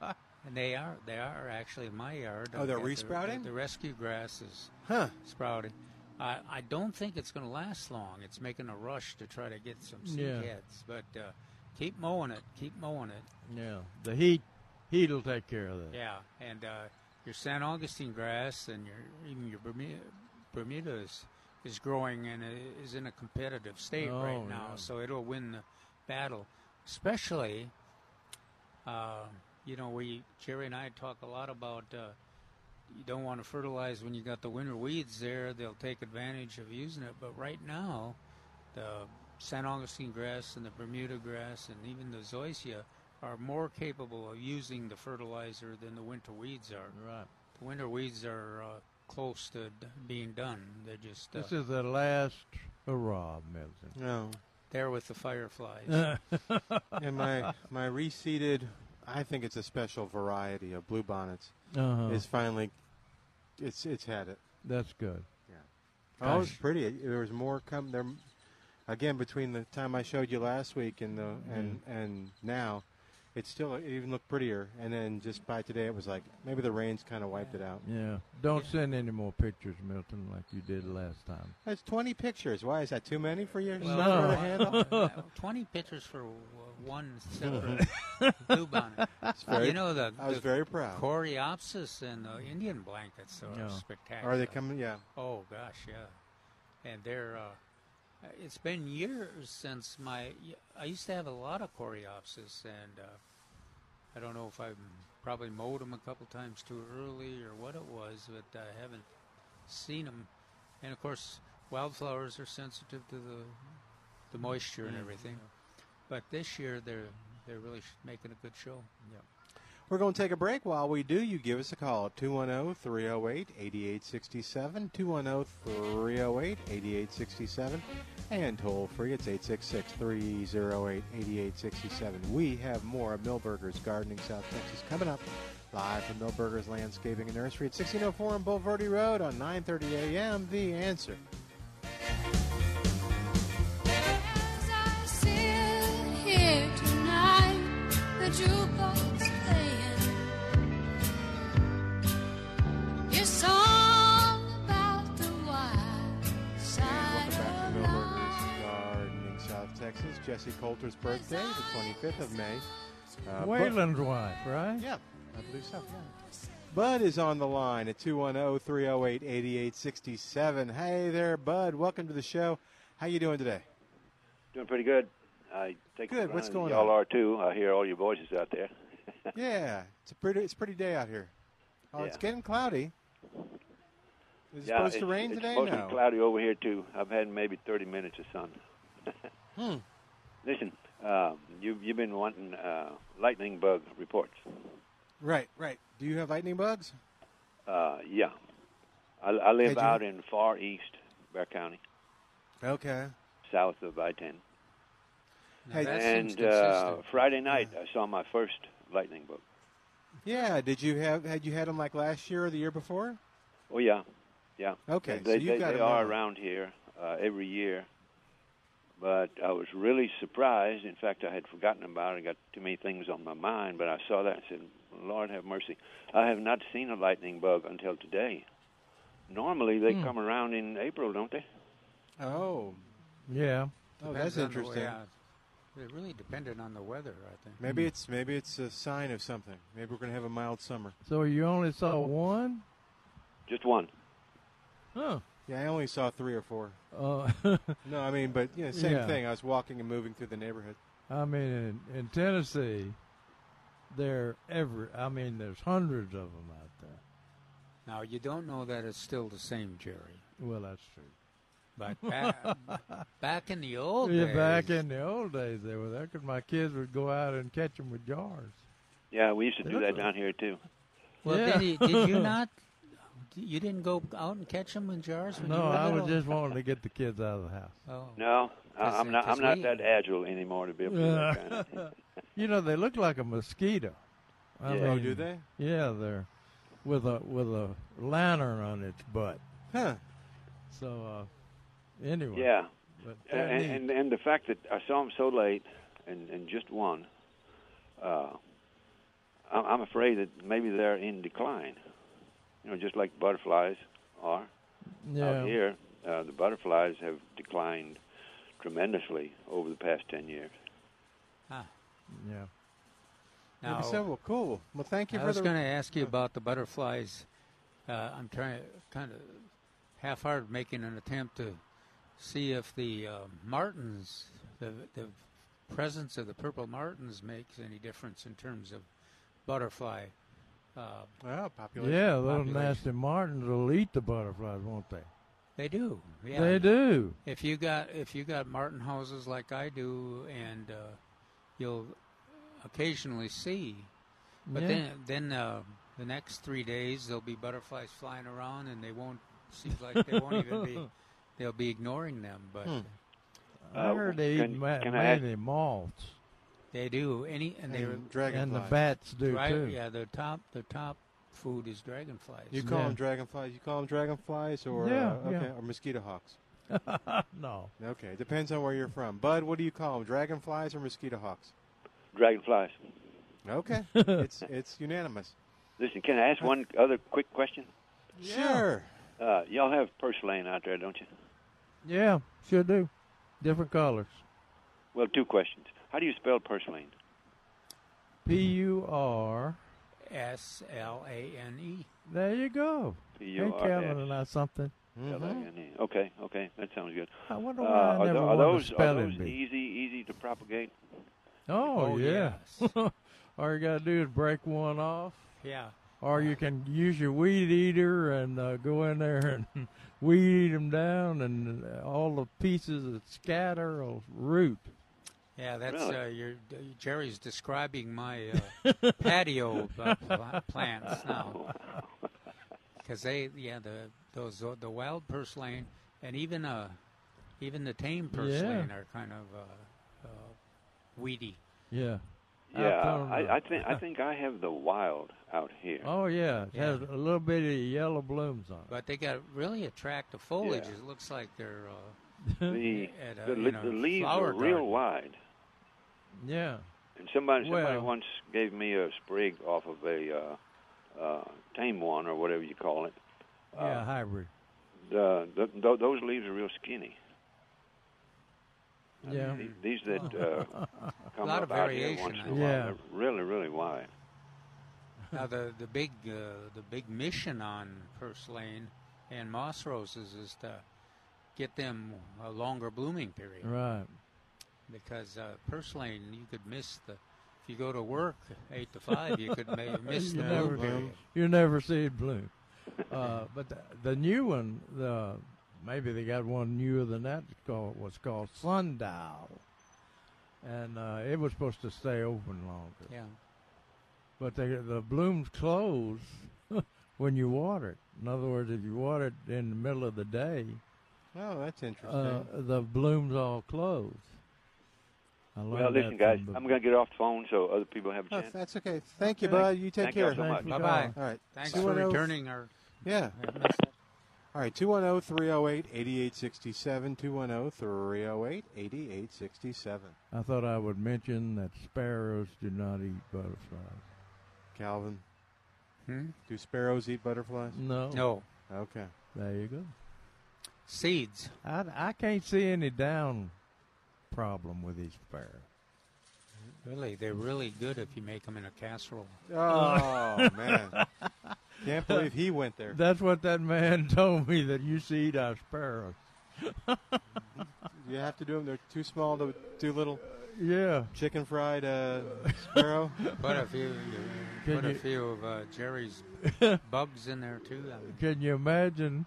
and they are. They are actually in my yard.
Oh, they're
I've got the-
resprouting?
The, rescue grass is
Huh.
sprouting. I, I don't think it's going to last long. It's making a rush to try to get some seed
Yeah.
heads, but uh, keep mowing it. Keep mowing it.
Yeah, the heat heat'll take care of that.
Yeah, and uh, your San Augustine grass and your even your Bermuda, Bermuda is, is growing and i- is in a competitive state
Oh,
right now,
yeah.
so it'll win the battle. Especially, uh, you know, we Jerry and I talk a lot about uh, you don't want to fertilize when you got the winter weeds there; they'll take advantage of using it. But right now, the San Augustine grass and the Bermuda grass and even the
Mm-hmm.
zoysia are more capable of using the fertilizer than the winter weeds are.
Right.
winter weeds are uh, close to d- being done. They're just uh,
This is the last hurrah, Milton.
No.
there with the fireflies.
Uh,
and my my reseeded, I think it's a special variety of bluebonnets
Uh-huh.
is finally, it's it's had it.
That's good.
Oh, it's pretty. There was more come there. Again, between the time I showed you last week and the
Mm-hmm.
and and now, it still it even looked prettier. And then just by today, it was like maybe the rains kind of wiped it out.
Yeah. Don't send any more pictures, Milton, like you did last time.
That's 20 pictures. Why is that too many for you?
No.
For a handle?
uh, Twenty pictures for w- one separate bluebonnet.
It's very-
you know the,
I was
the
very proud.
Coreopsis and the Indian blankets are
Yeah.
spectacular.
Are they coming? Yeah.
Oh gosh, yeah. And they're. Uh, it's been years since my. I used to have a lot of coreopsis, and uh, I don't know if I probably mowed them a couple times too early or what it was, but I haven't seen them. And of course, wildflowers are sensitive to the the moisture and everything. But this year, they're they're really sh- making a good show.
We're going to take a break. While we do, you give us a call oh, at 210 308 8867. 210 308 8867. And toll free, it's 866 308 8867. We have more of Millburgers Gardening South Texas coming up live from Millburgers Landscaping and Nursery at 1604 on Boulevardy Road on 9.30 a.m. The Answer.
As I sit here tonight, the jukebox playing your song about the wild side
Welcome back to
of
Millburgers
life.
Gardening South Texas. Jesse Coulter's birthday, the 25th of May. Uh, but-
Wayland's wife, right?
Yeah, I believe so. yeah. Bud is on the line at oh, 210 308 8867. Hey there, Bud. Welcome to the show. How you doing today?
Doing pretty good. I think
Good. What's going
y'all
on?
are too. I hear all your voices out there.
Yeah, it's a pretty it's a pretty day out here. Oh, it's
Yeah.
getting cloudy. Is it
yeah,
supposed
it's,
to rain
it's
today?
Supposed
No.
to be cloudy over here too. I've had maybe 30 minutes of sun. Listen, um, you you've been wanting uh, lightning bug reports.
Right, right. Do you have lightning bugs?
Uh, yeah, I, I live
Had you-
out in far east Bear County,
Okay.
south of I-10,
Now,
Hey,
that seems
and uh,
consistent.
Friday night I saw my first lightning bug.
Yeah. Did you have had you had them like last year or the year before?
Oh yeah, yeah.
Okay, so
They,
you've
they,
got
they
a
are
number.
around here uh, every year, but I was really surprised. In fact, I had forgotten about it. I got too many things on my mind, but I saw that and said, "Lord have mercy." I have not seen a lightning bug until today. Normally,
Hmm.
they come around in April, don't they?
Oh.
Yeah.
Oh, that's
Depends on the
interesting.
way out. It really depended on the weather, I think.
Maybe it's maybe it's a sign of something. Maybe we're gonna have a mild summer.
So you only saw one?
Just one.
Huh.
Yeah, I only saw three or four.
Uh,
No, I mean, but yeah, same
Yeah.
thing. I was walking and moving through the neighborhood.
I mean, in, in Tennessee, there every. I mean, there's hundreds of them out there.
Now you don't know that it's still the same Jerry,
Well, that's true.
but back, back in the old
Yeah,
days,
back in the old days, they were there 'cause my kids would go out and catch them with jars.
Yeah, we used to do
Yeah.
that down here too.
well,
Yeah.
did, you, did you not? You didn't go out and catch them in jars? When you
No,
were
I was
little?
just wanting to get the kids out of the house.
Oh.
No, I,
Cause-
I'm not.
cause
I'm not
we-
that agile anymore to be able to do
Uh.
that kind of thing.
You know, they look like a mosquito. I
Yeah.
Oh, do they?
Yeah, they're with a with a lantern on its butt.
Huh.
So uh, anyway,
Yeah.
But
and,
they're neat.
and and the fact that I saw him so late, and and just one, uh, I'm I'm afraid that maybe they're in decline. You know, just like butterflies are
yeah,
out here, uh, the butterflies have declined tremendously over the past ten years.
yeah.
Now,
Maybe so. Oh, Well, cool. Well, thank you
I
for
was
the.
going to ask you about the butterflies. Uh, I'm trying kind of half-hard making an attempt to see if the uh, martins, the, the presence of the purple martins, makes any difference in terms of butterfly. Uh,
Oh, population.
Yeah, little
population.
nasty martins will eat the butterflies, won't they?
they do. Yeah.
They do.
If you got if you got martin houses like I do, and uh, you'll occasionally see, but
Yeah.
then then uh, the next three days there'll be butterflies flying around, and they won't. Seems like they won't even be. They'll be ignoring them, but
Hmm.
Uh,
I heard they eat ma- mainly moths.
They do any and they
And And the bats do,
Dra-
too.
Yeah, the top the top food is dragonflies.
You call them dragonflies. You call them dragonflies, or
Yeah,
uh, okay,
yeah.
or mosquito hawks.
no.
Okay, depends on where you're from. Bud, what do you call them? Dragonflies or mosquito hawks?
Dragonflies.
Okay, it's it's unanimous.
Listen, can I ask one other quick question?
Sure.
Uh, y'all have purslane out there, don't you?
Yeah, sure do. Different colors.
Well, two questions. How do you spell purslane?
P U R.
S L A N E.
There you go.
P-U-R-S.
Hey, Calvin and I something.
L-I-N-E. Okay, okay, that sounds good.
Mm-hmm. I wonder why
uh,
I
are,
never
tho- are
wanted to
those,
spell
are
it
those
big.
easy, easy to propagate?
Oh,
Oh,
yeah. All you got to do is break one off.
Yeah.
Or you can use your weed eater and uh, go in there and weed them down, and uh, all the pieces that scatter will root.
Yeah, that's
Really?
uh, your Jerry's describing my uh, patio uh, pl- plants now. Because they, yeah, the those uh, the wild purslane and even uh even the tame
Yeah.
purslane are kind of uh, uh, weedy.
Yeah. I
Yeah,
found
I,
a-
I think I think I have the wild out here.
Oh, yeah. It
Yeah.
has a little bit of yellow blooms on it.
But they got really attractive foliage. It looks like they're uh,
The
at a,
the,
you
le-
know,
the leaves
flower
are real
garden.
wide.
Yeah.
And somebody somebody
Well-
once gave me a sprig off of a uh, uh, tame one or whatever you call it. Uh,
Yeah, hybrid.
The, the, th- those leaves are real skinny. I mean,
Yeah.
the- These that uh, come up
Lot of
out
variation,
here once in a
I
while,
think.
they're really, really wide.
Now the the big uh, the big mission on purslane and moss roses is to get them a longer blooming period.
Right.
Because uh, purslane, you could miss the if you go to work eight to five, you could may, miss
You
the
never,
bloom period.
you never see it bloom. Uh, but the, the new one, the maybe they got one newer than that. it's Called was called Sundial, and uh, it was supposed to stay open longer.
Yeah.
But they, the blooms close when you water it. In other words, if you water it in the middle of the day,
Oh, that's interesting.
uh, the blooms all close. I learned
Well, listen,
that
guys,
from the-
I'm going to get off the phone so other people have a
Oh,
chance.
that's okay. Thank you,
Thank-
bud. You take
thank
care.
y'all so Thank much. you,
Bye bye.
All right.
Thanks for
210
returning our
Yeah. All right, 210 308 8867. 210 308 8867.
I thought I would mention that sparrows do not eat butterflies.
Calvin.
Hmm?
Do sparrows eat butterflies?
No.
No.
Okay.
There you go.
Seeds.
I, I can't see any down problem with these sparrows.
Really, they're really good if you make them in a casserole.
Oh, man. Can't believe he went there.
That's what that man told me that you should eat our sparrows.
You have to do them. They're too small to do little
Yeah.
chicken fried uh, sparrow.
Put a few,
Can
put a
you-
few of uh, Jerry's bugs in there too. I mean,
Can you imagine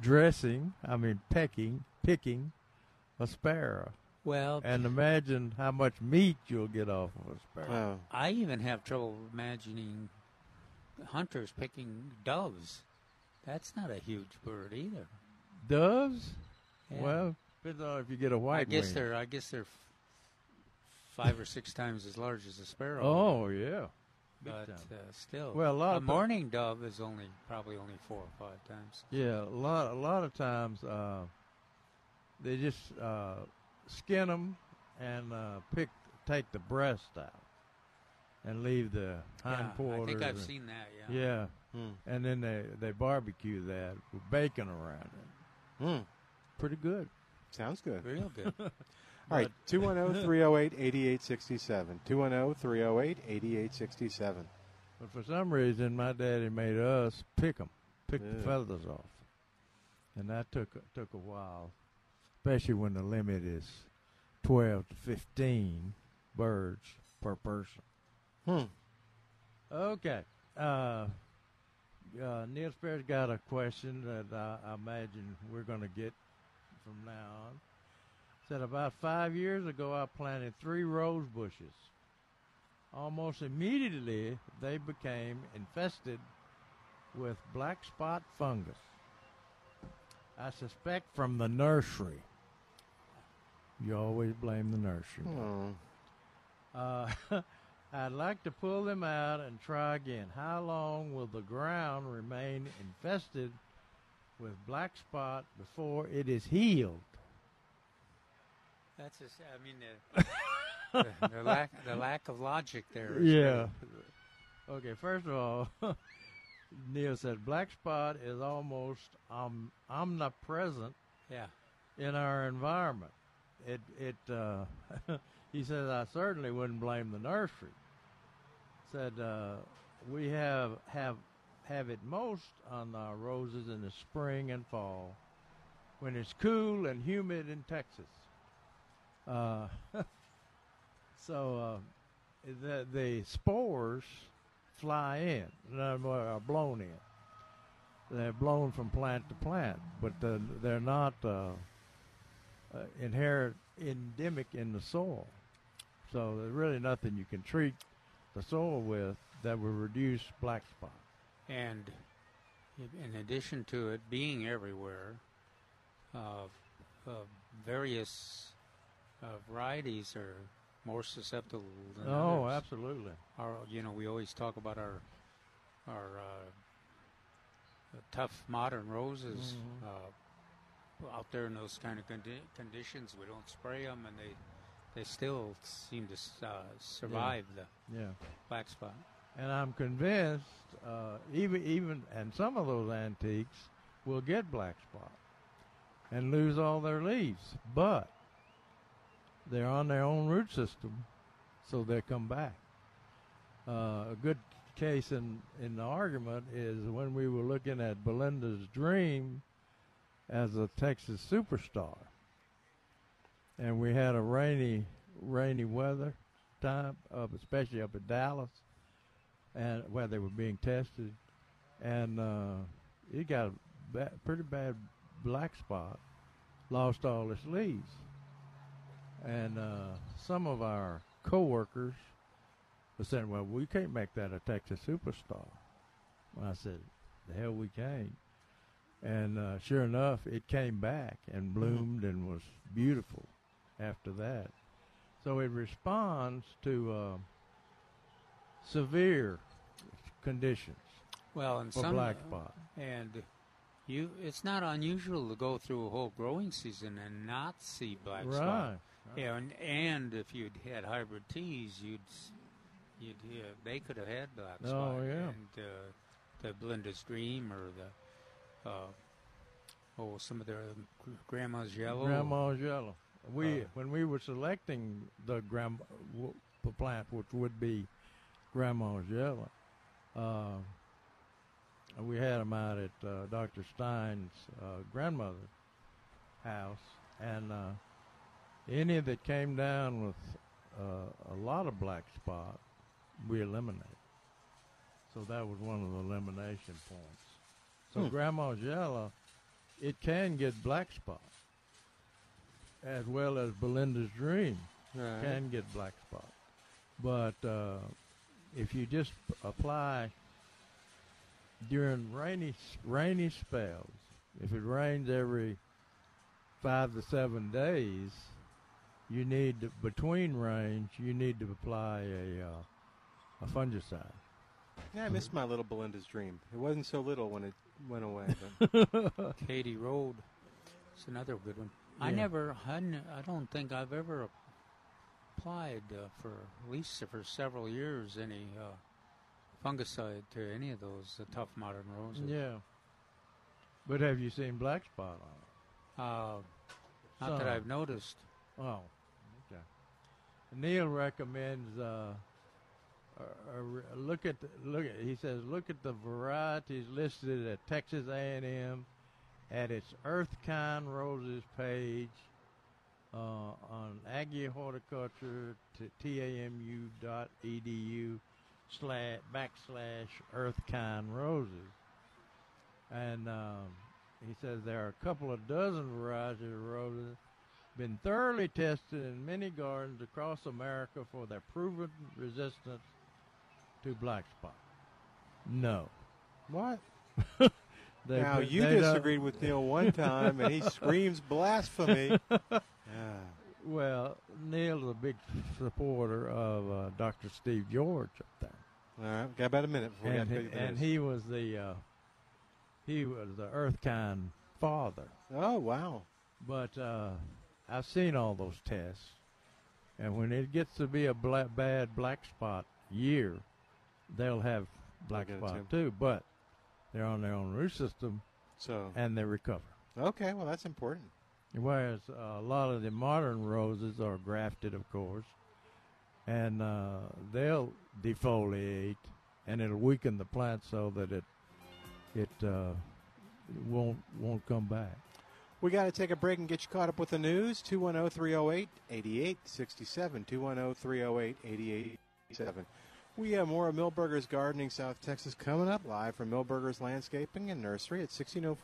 dressing, I mean pecking, picking a sparrow?
Well,
And imagine how much meat you'll get off of a
Oh,
sparrow.
I even have trouble imagining hunters picking doves. That's not a huge bird either.
Doves?
Yeah.
Well, depends on if you get a white
I guess
wing.
they're I guess they're f- five or six times as large as a sparrow.
Oh, yeah. Big
but
time.
uh, still,
Well, a lot of the-
mourning dove is only probably only four or five times.
Yeah, a lot a lot of times uh, they just uh, skin them and uh, pick take the breast out and leave the
Yeah, I think
hind quarters.
I've
and-
seen that, yeah.
Yeah,
Hmm.
and then they they barbecue that with bacon around it.
Hmm.
Pretty good.
Sounds good.
Real good. All
All right, oh, 210 308 8867. 210 308 8867.
But for some reason, my daddy made us pick 'em, pick
Yeah.
the feathers off, and that took took a while, especially when the limit is twelve to fifteen birds per person.
Hmm.
Okay. Uh, uh, Neil Spear's got a question that I, I imagine we're going to get from now on. Said about five years ago, I planted three rose bushes. almost immediately they became infested with black spot fungus. I suspect from the nursery. You always blame the nursery. Uh, I'd like to pull them out and try again. How long will the ground remain infested with black spot before it is healed?
That's just, I mean, the, the, the lack the lack of logic there. Is
Yeah. Okay, first of all, Neil said black spot is almost um, omnipresent
Yeah.
in our environment. It it uh, he says I certainly wouldn't blame the nursery. Said uh, we have have have it most on our roses in the spring and fall, when it's cool and humid in Texas. Uh, so uh, the the spores fly in, in other words, are blown in they're blown from plant to plant, but uh, they're not uh, uh, inherent endemic in the soil. So there's really nothing you can treat the soil with that will reduce black spot.
And in addition to it being everywhere, uh, uh, various uh, varieties are more susceptible than
Oh,
others.
absolutely.
Our, you know, we always talk about our our uh, tough modern roses
Mhm.
uh, out there in those kind of condi- conditions. We don't spray them, and they they still seem to s- uh, survive the
Yeah.
black spot.
And I'm convinced, uh, even even and some of those antiques will get black spot and lose all their leaves, but they're on their own root system, so they come back. Uh, a good case in in the argument is when we were looking at Belinda's dream as a Texas superstar, and we had a rainy rainy weather time up, especially up in Dallas and where they were being tested, and uh, it got a ba- pretty bad black spot, lost all its leaves, and uh, some of our coworkers were saying, "Well, we can't make that a Texas superstar." And I said, "The hell we can." And uh, sure enough, it came back and bloomed and was beautiful after that. So it responds to uh, severe conditions.
Well, and
for
some
black spot.
and you, it's not unusual to go through a whole growing season and not see black spot.
Right,
Yeah, and, and if you'd had hybrid teas, you'd s- you'd yeah, they could have had black
Oh,
spot.
yeah.
And uh, the Blender's Dream or the uh, oh some of their gr- Grandma's Yellow.
Grandma's yellow. We
Uh,
when we were selecting the grand w- the plant, which would be Grandma's yellow, uh, we had them out at uh, Dr. Stein's uh, grandmother's house, and uh, any that came down with uh, a lot of black spot, we eliminated. So that was one of the elimination points. So
Hmm.
Grandma's yellow, it can get black spot, as well as Belinda's dream
Right.
can get black spot. But uh, if you just apply during rainy rainy spells, if it rains every five to seven days, you need to, between rains you need to apply a uh, a fungicide.
Yeah, I missed my little Belinda's dream. It wasn't so little when it went away. But.
Katie Road. It's another good one. I
Yeah.
never, I, n- I don't think I've ever applied uh, for at least for several years any uh, fungicide to any of those uh, tough modern roses.
Yeah. But have you seen black spot on it?
Uh, not that
Some.
I've noticed.
Oh, okay. Neil recommends uh, uh, uh, look at the, look at he says look at the varieties listed at Texas A&M at its Earthkind Roses page uh, on Aggie Horticulture to E tamu.edu slash backslash Earthkind Roses. And um, he says there are a couple of dozen varieties of roses been thoroughly tested in many gardens across America for their proven resistance to black spot. No.
What?
They
now
put- uh,
you
they don't-
disagreed with Neil one time, and he screams blasphemy. Ah.
Well, Neil's a big supporter of uh, Dr. Steve George up there.
All right, got about a minute before
and,
we
he,
got
and he was the uh, he was the earth kind father.
Oh wow!
But uh, I've seen all those tests, and when it gets to be a bla bad black spot year, they'll have black
get it
spot too. But they're on their own root system,
so
and they recover.
okay, well that's important.
Whereas uh, a lot of the modern roses are grafted, of course, and uh, they'll defoliate, and it'll weaken the plant so that it it uh, won't won't come back.
We got to take a break and get you caught up with the news. oh, 210 308 8867. 210 308 8867. We have more of Millburgers Gardening South Texas coming up live from Millburgers Landscaping and Nursery at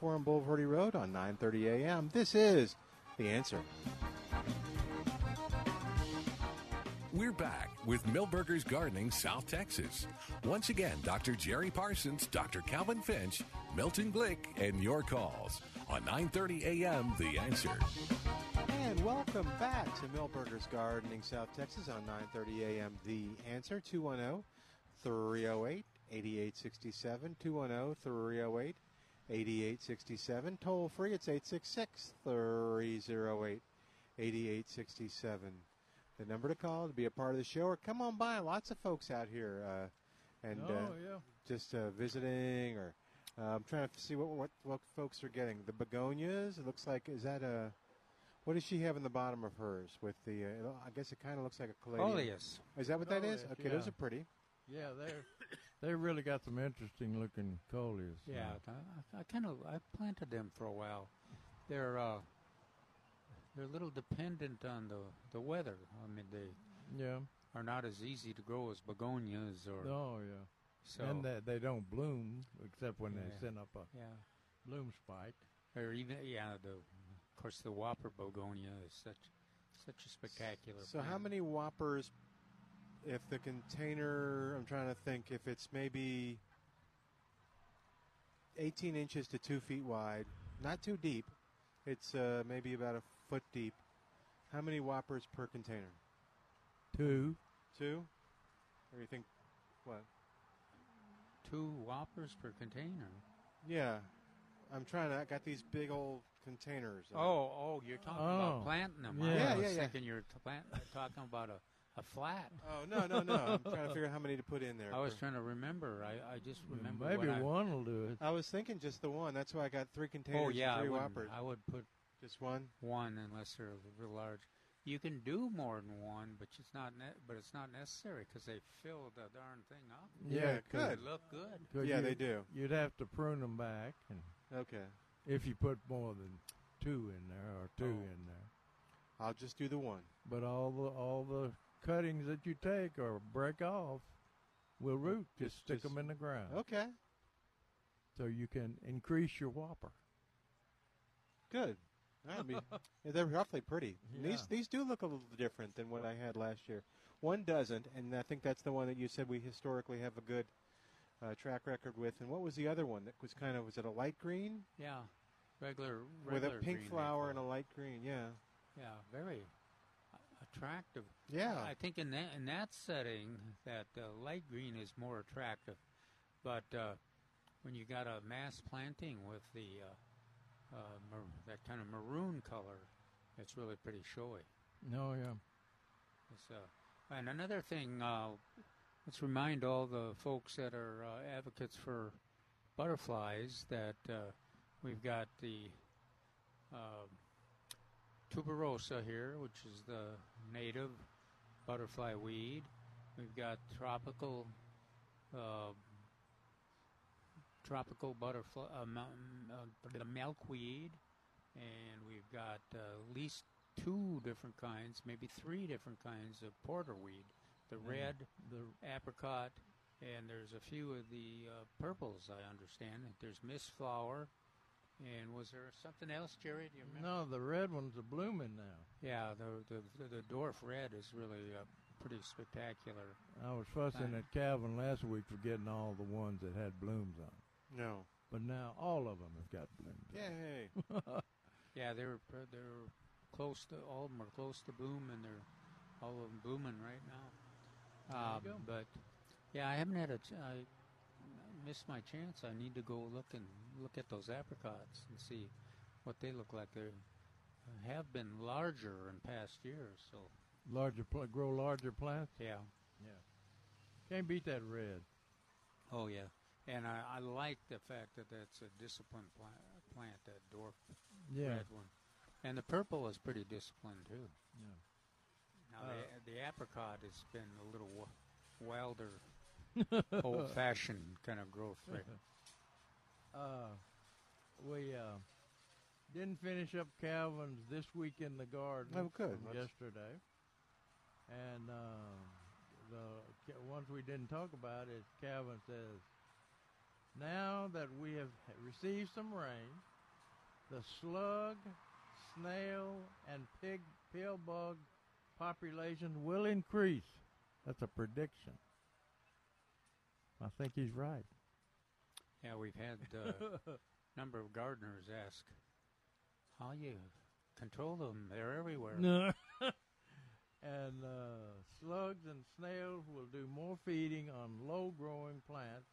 1604 on Boulevardy Road on 9:30 a.m. This is The Answer.
We're back with Millburgers Gardening South Texas. Once again, Dr. Jerry Parsons, Dr. Calvin Finch, Milton Glick, and your calls on 9:30 a.m. The Answer.
And welcome back to Millburgers Gardening South Texas on 9:30 a.m. The Answer oh, 210 308 8867 210 308 8867 toll free it's 866 308 8867 the number to call to be a part of the show or come on by lots of folks out here uh, and
Oh,
uh,
yeah.
just uh, visiting or uh, I'm trying to see what, what what folks are getting the begonias it looks like is that a what does she have in the bottom of hers with the? Uh, I guess it kind of looks like a caladium.
Coleus.
Is that what that is?
Coleus,
Okay, those
Oh, yeah.
are pretty.
Yeah, they're they really got some interesting looking coleus.
Yeah, I, I kind of I planted them for a while. They're uh, they're a little dependent on the the weather. I mean, they
Yeah.
are not as easy to grow as begonias or
Oh yeah.
So-
and they, they don't bloom except when
Yeah.
they send up a
Yeah.
bloom spike.
or even yeah the of course the whopper begonia is such such a spectacular.
So how
plant.
many whoppers? If the container, I'm trying to think, if it's maybe 18 inches to two feet wide, not too deep, it's uh, maybe about a foot deep. How many whoppers per container?
Two.
Two. Or you think what?
two whoppers per container?
Yeah, I'm trying to. I got these big old containers.
Oh, oh, you're talking
Oh.
about planting them.
Yeah. Yeah,
I was
yeah, yeah.
thinking you're t- plant, talking about a, a flat.
Oh no, no, no! I'm trying to figure out how many to put in there.
I was trying to remember. I, I just remember.
Mm, Maybe
when I-
one will do it.
I was thinking just the one. That's why I got three containers.
Oh yeah,
and
I,
three
wouldn't-
whoppers.
I would put
just one.
One, unless they're real large. You can do more than one, but it's not. Ne- but it's not necessary because they fill the darn thing up.
Yeah,
They
good.
look good.
'Cause
Yeah,
you-
they do.
You'd have to prune them back, and
Okay,
if you put more than two in there or two in there,
I'll just do the one.
but all the all the cuttings that you take or break off will root. Just, stick 'em stick them in the ground,
Okay,
so you can increase your whopper.
good. I mean, yeah, they're awfully pretty. And These
Yeah.
these do look a little different than what I had last year. One doesn't, and I think that's the one that you said we historically have a good uh, track record with. And what was the other one that was kind of was it a light green
Yeah, regular,
with
regular
a pink
green they
flower
call
and a
it.
light green? Yeah,
Yeah, very a- attractive.
Yeah.
I think in that in that setting, that uh, light green is more attractive. But uh, when you got a mass planting with the uh, uh, mar- that kind of maroon color, it's really pretty showy.
No, yeah.
It's, uh, and another thing, uh, let's remind all the folks that are uh, advocates for butterflies that uh, we've got the uh, tuberosa here, which is the native butterfly weed. We've got tropical. Uh, tropical butterfly, uh, mountain, uh, the milkweed, and we've got uh, at least two different kinds, maybe three different kinds of porterweed. The
Mm,
red,
the-
apricot, and there's a few of the uh, purples. I understand there's mist flower, And was there something else, Jerry? Do you remember?
No, the red ones are blooming now.
Yeah, the the the dwarf red is really uh, pretty spectacular.
I was fussing
Fine.
at Calvin last week for getting all the ones that had blooms on.
No.
But now all of them have got blooms.
Yay.
yeah, they were pr- they were close to all of them are close to boom, and they're all of them booming right now.
There you go.
But yeah, I haven't had a ch- I missed my chance. I need to go look and look at those apricots and see what they look like. They have been larger in past years, so
Larger, pl- grow larger plants.
yeah.
Yeah. Can't beat that red.
Oh yeah, and I, I like the fact that that's a disciplined plant, plant that dwarf
Yeah.
red one, and the purple is pretty disciplined too. Uh,
Yeah.
Now the, the apricot has been a little w- wilder, old-fashioned kind of growth rate.
Uh, we uh, didn't finish up Calvin's this week in the garden.
Oh, good.
from
Let's-
Yesterday, and uh, the ca- ones we didn't talk about is Calvin says, "Now that we have received some rain, the slug, snail, and pig pill bug population will increase." That's a prediction. I think he's right.
Yeah, we've had a uh, number of gardeners ask, "How you control them? They're everywhere."
and uh, slugs and snails will do more feeding on low growing plants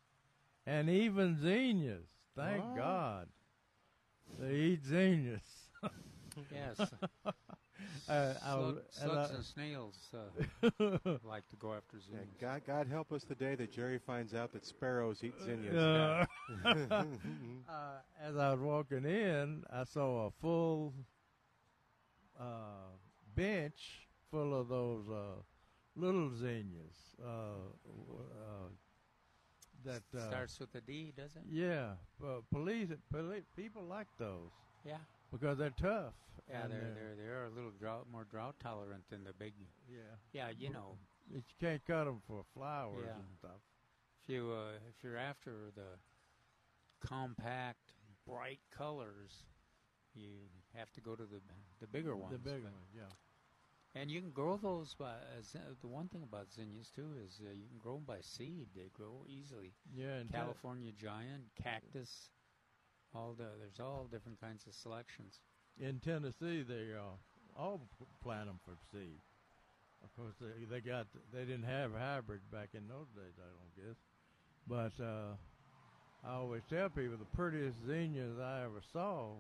and even zinnias. Thank
What?
God. They eat zinnias.
Yes,
Uh, I was-
slug, slugs
and I-
and snails uh, like to go after
Yeah,
zinnias.
God, God help us the day that Jerry finds out that sparrows eat zinnias.
Uh, uh, as I was walking in, I saw a full uh, bench full of those uh, little zinnias. Uh, w- uh, that uh,
Starts with a D, doesn't it?
Yeah, but police, poli- people like those
Yeah. uh,
because they're tough.
Yeah,
and
they're, they're, they're a little drought, more drought tolerant than the big.
yeah.
Yeah, you know,
You can't cut them for flowers
Yeah.
and stuff.
if you uh, if you're after the compact, bright colors, you have to go to the the bigger ones.
the big
but-
ones, yeah.
And you can grow those by uh, zin- the one thing about zinnias too is uh, you can grow them by seed. They grow easily.
Yeah, and tell-
California giant, cactus, all the there's all different kinds of selections.
in Tennessee they uh, all p- plant them for seed. Of course, they they got they didn't have hybrids back in those days, I don't guess. But uh, I always tell people the prettiest zinnias I ever saw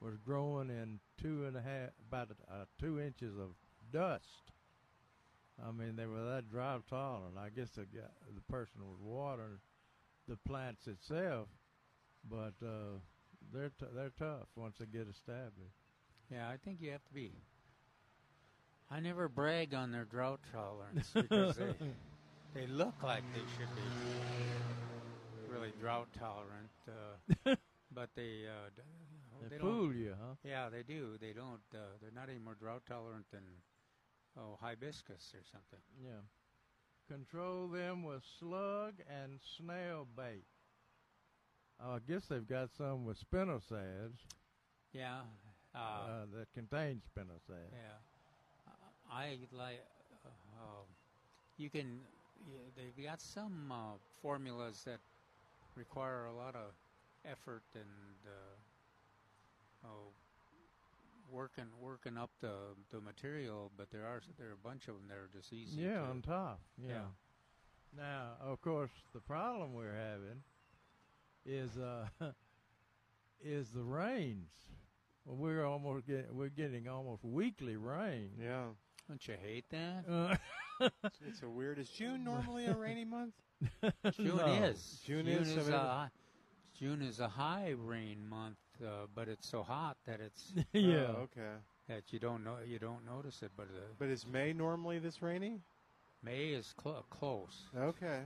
was growing in two and a half about uh, two inches of dust. I mean, they were that drought tolerant. I guess the guy, the person was watering the plants itself, but uh, they're t- they're tough once they get established.
Yeah, I think you have to be. I never brag on their drought tolerance because they, they look like they should be really drought tolerant, uh, but they uh, d-
They,
don't-
fool you, huh?
Yeah, they do. They don't. Uh, they're not any more drought tolerant than oh hibiscus or something.
Yeah. Control them with slug and snail bait. Oh, I guess they've got some with spinosads
Yeah. Uh,
uh, that contain spinosads.
Yeah, I like. Uh, uh, you can. Yeah, they've got some uh, formulas that require a lot of effort and uh, oh, working working up the the material. But there are there are a bunch of them that are just easy.
Yeah,
to-
on top. Yeah.
Yeah.
Now, of course, the problem we're having is uh, is the rains. Well, we're almost get, we're getting almost weekly rain.
Yeah.
Don't you hate that?
Uh,
It's, it's a weird. Is June normally a rainy month?
June
no.
is
June is,
is,
I mean-
a hi- June is a high rain month, uh, but it's so hot that it's
yeah.
Oh, okay.
that you don't know you don't notice it. But uh,
But is May normally this rainy?
May is cl- close.
Okay.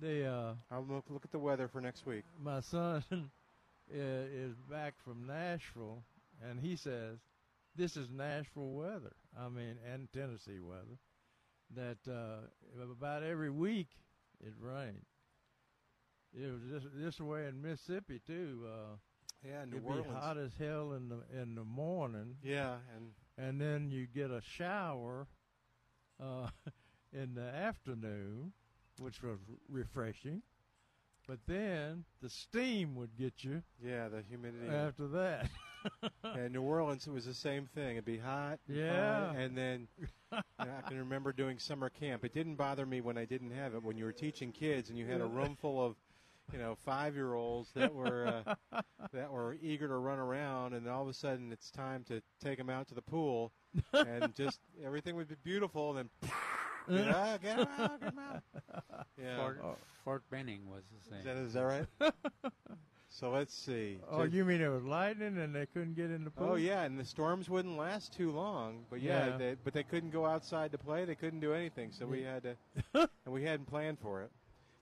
The uh,
I'll look, look at the weather for next week.
my son i- is back from Nashville, and he says, "This is Nashville weather. I mean, and Tennessee weather. That uh, about every week it rained. It was this, this way in Mississippi too. Uh,
Yeah, New
It'd
Orleans.
be hot as hell in the in the morning.
Yeah, and-
and then you get a shower uh, in the afternoon, which was refreshing. But then the steam would get you.
Yeah, the humidity.
After that,
and New Orleans, it was the same thing. It'd be hot. and
Yeah.
fine, and then you know, I can remember doing summer camp. It didn't bother me when I didn't have it. When you were teaching kids and you had a room full of, you know, five year olds that were uh, that were eager to run around, and all of a sudden it's time to take them out to the pool, and just everything would be beautiful. And then, you know, "Ah, get 'em out, get 'em out. Yeah.
Uh,
Fort, Fort Benning was the same.
Is that, is that right? so let's see.
oh,
So-
you mean it was lightning and they couldn't get in the pool?
Oh yeah, and the storms wouldn't last too long. But yeah,
Yeah.
They, but they couldn't go outside to play. They couldn't do anything. So we
Yeah.
had to, and we hadn't planned for it.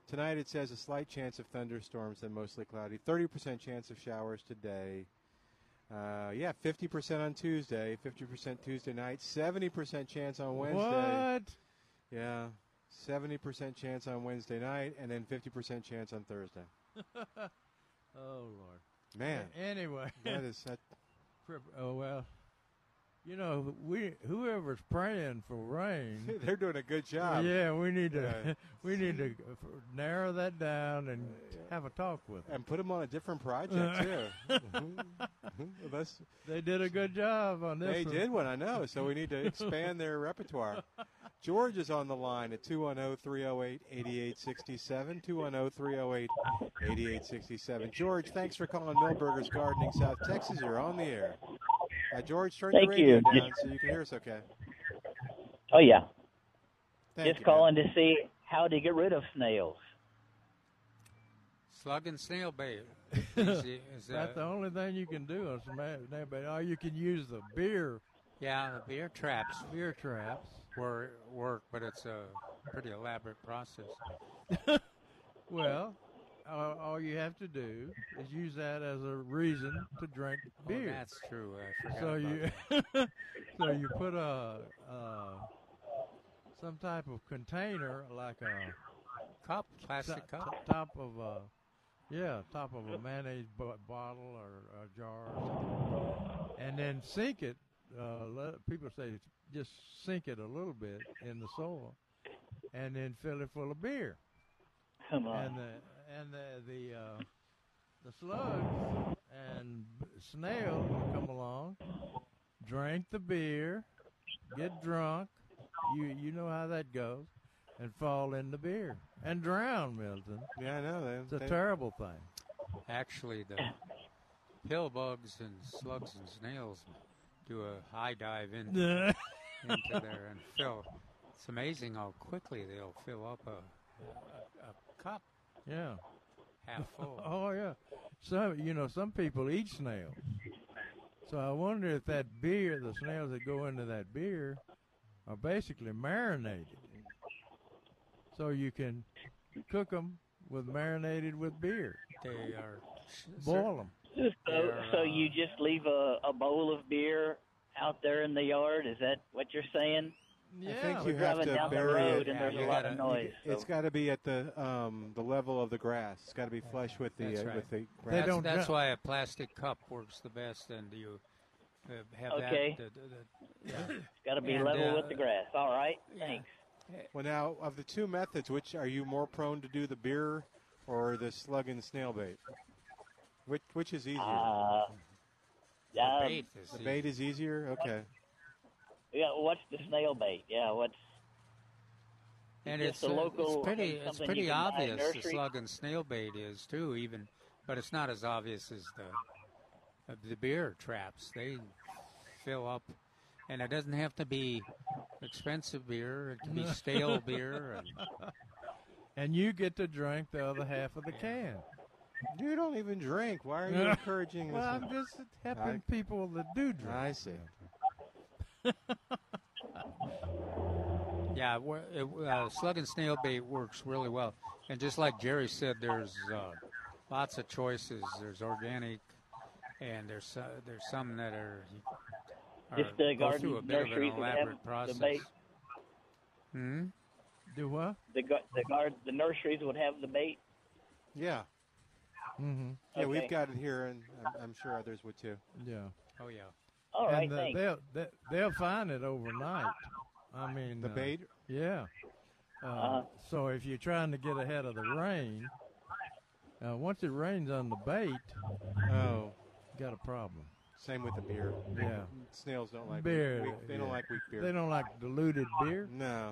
Tonight it says a slight chance of thunderstorms and mostly cloudy. Thirty percent chance of showers today. Uh, yeah, fifty percent on Tuesday. Fifty percent Tuesday night. Seventy percent chance on Wednesday.
What?
Yeah, seventy percent chance on Wednesday night, and then fifty percent chance on Thursday.
Oh Lord,
Man.
A- Anyway,
That is that.
Crip- Oh well, you know we whoever's praying for rain,
They're doing a good job.
Yeah, we need to
Yeah.
we need to narrow that down and have a talk with them.
and put them on a different project too. Mm-hmm. That's-
They did a good job on this.
they
one.
did one, I know. So we need to expand their repertoire. George is on the line at oh, 210-308-8867, 210-308-8867. George, thanks for calling Millburgers Gardening South Texas. You're on the air. Uh, George, turn
Thank
your radio
you.
down
Just-
so you can hear us okay.
Oh yeah.
Thank
Just
you,
calling to see how to get rid of snails.
Slug and snail bait.
That's the only thing you can do. Is ma- na- but oh, you can use the beer
Yeah, the beer traps.
Beer traps.
were work, but it's a pretty elaborate process. Oh,
Well, all, all you have to do is use that as a reason to drink
Oh,
beer.
that's true. I forgot
so
about
you,
that.
so you put a, a some type of container like a
cup, plastic
to-
cup.
top of a yeah, top of a mayonnaise bo- bottle or a jar, or something. and then sink it. Uh, let, people say just sink it a little bit in the soil, and then fill it full of beer.
Come on.
And the and the the uh, the slugs and b- snails will come along, drink the beer, get drunk. You you know how that goes, and fall in the beer and drown, Milton.
Yeah, I know. They,
It's a
they-
terrible thing.
Actually, the pill bugs and slugs and snails do a high dive into, into there and fill. It's amazing how quickly they'll fill up a, a, a cup
Yeah.
half full.
oh yeah. Some you know some people eat snails. So I wonder if that beer, the snails that go into that beer, are basically marinated. So you can cook them with marinated with beer.
They are
boil them.
So, so you just leave a, a bowl of beer out there in the yard? Is that what you're saying?
I think
We're
you have
driving
to
down the
bury
road
it.
and there's a lot of noise.
It's got to be at the um, the level of the grass. It's got to be flush with the
That's
uh,
right.
with the grass.
that's, that's why a plastic cup works the best, and you uh, have
Okay.
that. the- the- the-
It's got to be
And,
level
uh,
with the grass. All right. Thanks.
Well, now of the two methods, which are you more prone to do the beer or the slug and snail bait? Which which is easier?
Uh, The bait um, is
The bait is easier. Okay.
Yeah. What's the snail bait? Yeah. What's
and
Just
it's,
a
uh,
local-
it's pretty
something
it's
you
pretty
can buy at
obvious the
nursery?
slug and snail bait is too even but it's not as obvious as the uh, the beer traps they fill up and it doesn't have to be expensive beer it can be stale beer and
And you get to drink the other half of the can.
You don't even drink. Why are you encouraging
well,
this?
I'm just helping people that do drink.
I see.
yeah we're- it, uh, slug and snail bait works really well and just like jerry said there's uh, lots of choices there's organic and there's uh, there's some that are, are
just the
go through a
garden
bit of an
nurseries that
elaborate
have
process
the bait?
Hmm?
Do what?
The gar- the guard the nurseries would have the bait.
Yeah.
Mm-hmm.
Yeah,
Okay.
we've got it here, and I'm, I'm sure others would too.
Yeah.
Oh yeah.
All right,
and, uh,
thanks.
They'll, they, they'll find it overnight. I mean,
The
uh,
bait?
Yeah. Uh,
Uh-huh.
So if you're trying to get ahead of the rain, uh, once it rains on the bait, uh, got a problem.
Same with the beer.
Yeah.
Snails don't like
beer.
Weak, they don't
yeah.
like weak beer.
They don't like diluted beer.
No.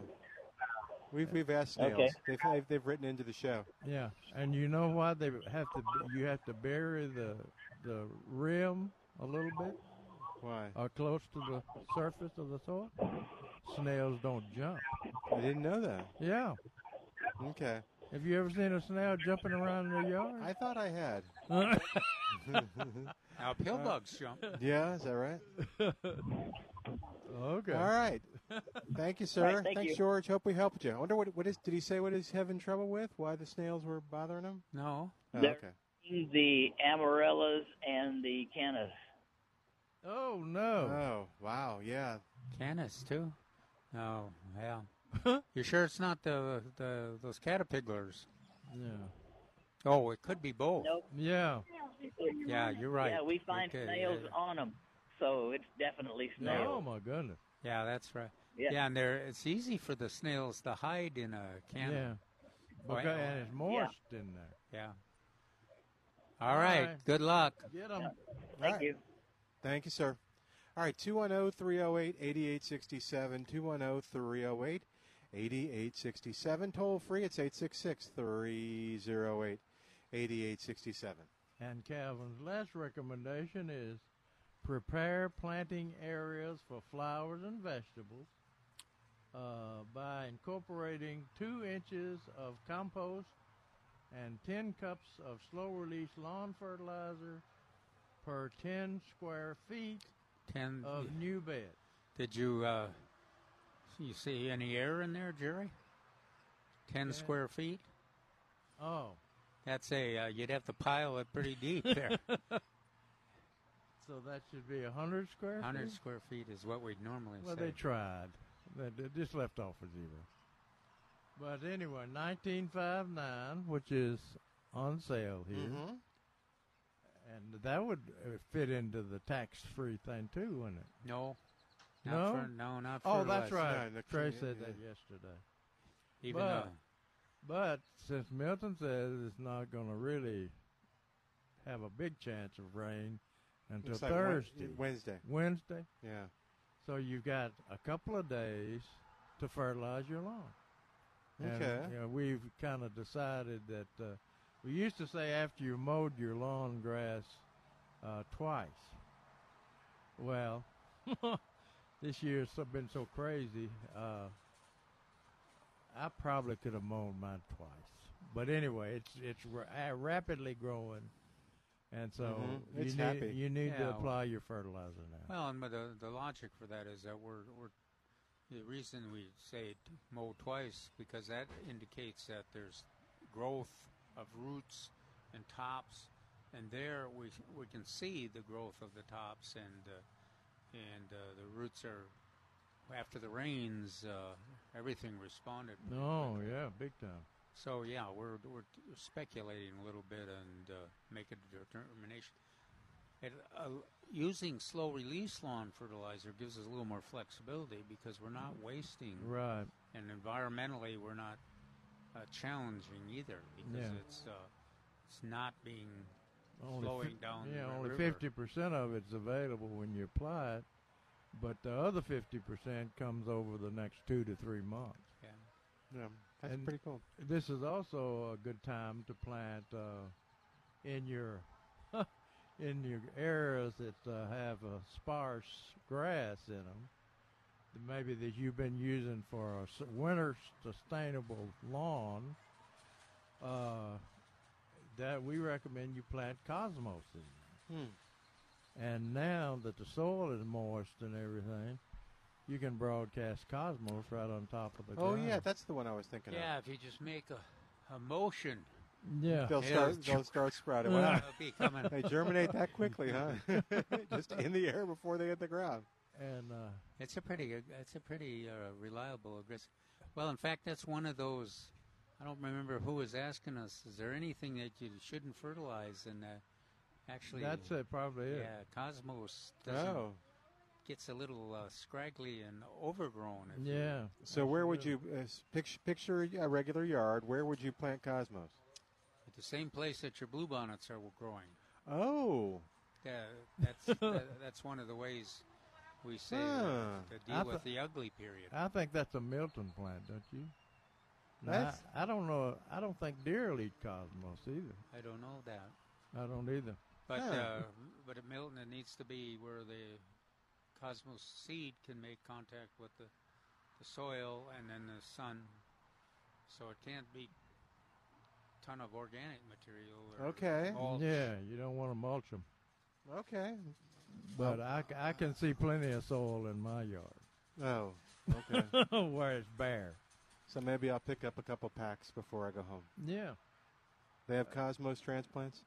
We've we've asked snails.
Okay.
They've, they've they've written into the show.
Yeah, and you know why they have to? You have to bury the the rim a little bit.
Why?
Or close to the surface of the soil. Snails don't jump.
I didn't know that.
Yeah.
Okay.
Have you ever seen a snail jumping around in the yard?
I thought I had.
Now pill bugs jump.
Yeah, is that right?
Oh, okay.
All right. Thank you, sir.
All right, thank
Thanks,
you.
George. Hope we helped you. I wonder what what is did he say what he's having trouble with? Why the snails were bothering him?
No.
Oh,
They're
okay.
eating the amarellas and the cannas.
Oh no.
Oh, wow, yeah.
Canis too. Oh yeah. you sure it's not the the those caterpillars?
Yeah.
Oh, it could be both.
Nope.
Yeah.
Yeah, you're right.
Yeah, we find
Okay,
snails
yeah.
on them, so it's definitely
Oh
snails.
my goodness.
Yeah, that's right.
Yeah.
Yeah, and there it's easy for the snails to hide in a can.
Yeah.
Oh,
Okay,
yeah.
and it's moist in there.
Yeah. All right.
right.
Good luck.
Get them.
Thank you. Thank you, sir. All right, oh, 210 308 8867. 210 308 8867. Toll free, it's 866 308 8867.
And Calvin's last recommendation is prepare planting areas for flowers and vegetables uh, by incorporating two inches of compost and 10 cups of slow release lawn fertilizer per 10 square feet
Ten.
of new bed.
Did you uh, you see any air in there, Jerry? Ten
Yeah.
square feet.
Oh,
That's a uh, you'd have to pile it pretty deep there.
so that should be 100 square
Hundred
feet?
square feet is what we'd normally
Well,
say.
they tried. They, they just left off a zero. But anyway, 1959, which is on sale here.
Mhm.
And that would uh, fit into the tax free thing too, wouldn't it?
No. Not
no?
For, no, not for
Oh,
less.
that's right.
No, the
Trey
clean-
said
yeah.
that yesterday.
Even
but,
though-
but since Milton says it's not going to really have a big chance of rain until
Looks like Wed-
Thursday.
Wednesday.
Wednesday?
Yeah.
So you've got a couple of days to fertilize your lawn. And,
Okay.
you know, we've kind of decided that uh, we used to say after you mowed your lawn grass uh, twice. Well, this year's so- been so crazy. Uh, I probably could have mown mine twice, but anyway, it's it's ra- uh, rapidly growing, and so
Mhm.
you
It's
need
happy.
you need
Yeah.
to apply your fertilizer now.
Well, and but the the logic for that is that we're we're the reason we say t- mow twice because that indicates that there's growth of roots and tops, and there we we can see the growth of the tops and uh, and uh, the roots are after the rains uh, everything responded. pretty
No,
quickly.
Oh, yeah, big time.
So yeah, we're we're speculating a little bit and uh, making a determination. And, uh, using slow release lawn fertilizer gives us a little more flexibility because we're not wasting,
Mm-hmm. Right.
and environmentally we're not uh, challenging either because
Yeah.
it's uh, it's not being
Only
flowing
fif-
down.
Yeah,
the
only
river.
fifty percent of it's available when you apply it, but the other fifty percent comes over the next two to three months.
Yeah.
Yeah. That's
And-
pretty cool.
This is also a good time to plant uh, in your in your areas that uh, have uh, sparse grass in them. Maybe that you've been using for a s- winter sustainable lawn. Uh, that we recommend you plant cosmos in.
Hmm.
And now that the soil is moist and everything, you can broadcast cosmos right on top of the
Oh,
ground.
yeah, that's the one I was thinking
Yeah, if you just make a, a motion,
yeah.
of. They'll
Yeah.
start, they'll start sprouting. Wow.
it'll be coming.
they germinate that quickly, huh? Just in the air before they hit the ground.
And uh,
It's a pretty, it's a pretty uh, reliable aggressive. Well, in fact, that's one of those I don't remember who was asking us. Is there anything that you shouldn't fertilize? And uh, actually,
That's it, probably it.
Yeah, Cosmos doesn't,
Oh.
gets a little uh, scraggly and overgrown. If You,
So where would you uh, s- picture, picture a regular yard? Where would you plant cosmos?
at the same place that your bluebonnets are growing.
Oh,
Yeah, that's that, that's one of the ways we say
Huh.
to, to deal
Ah. I
with
thought-
the ugly period.
I think that's a Milton plant, don't you? Now,
That's-
I, I don't know. I don't think deer will eat cosmos either.
I don't know that,
I don't either.
but uh, but at Milton, it needs to be where the cosmos seed can make contact with the the soil and then the sun, so it can't be ton of organic material. Or
Okay.
mulch.
Yeah, you don't want to mulch them.
okay.
But I, c- I can see plenty of soil in my yard.
Oh, okay.
Where it's bare.
So maybe I'll pick up a couple packs before I go home.
Yeah.
They have cosmos transplants.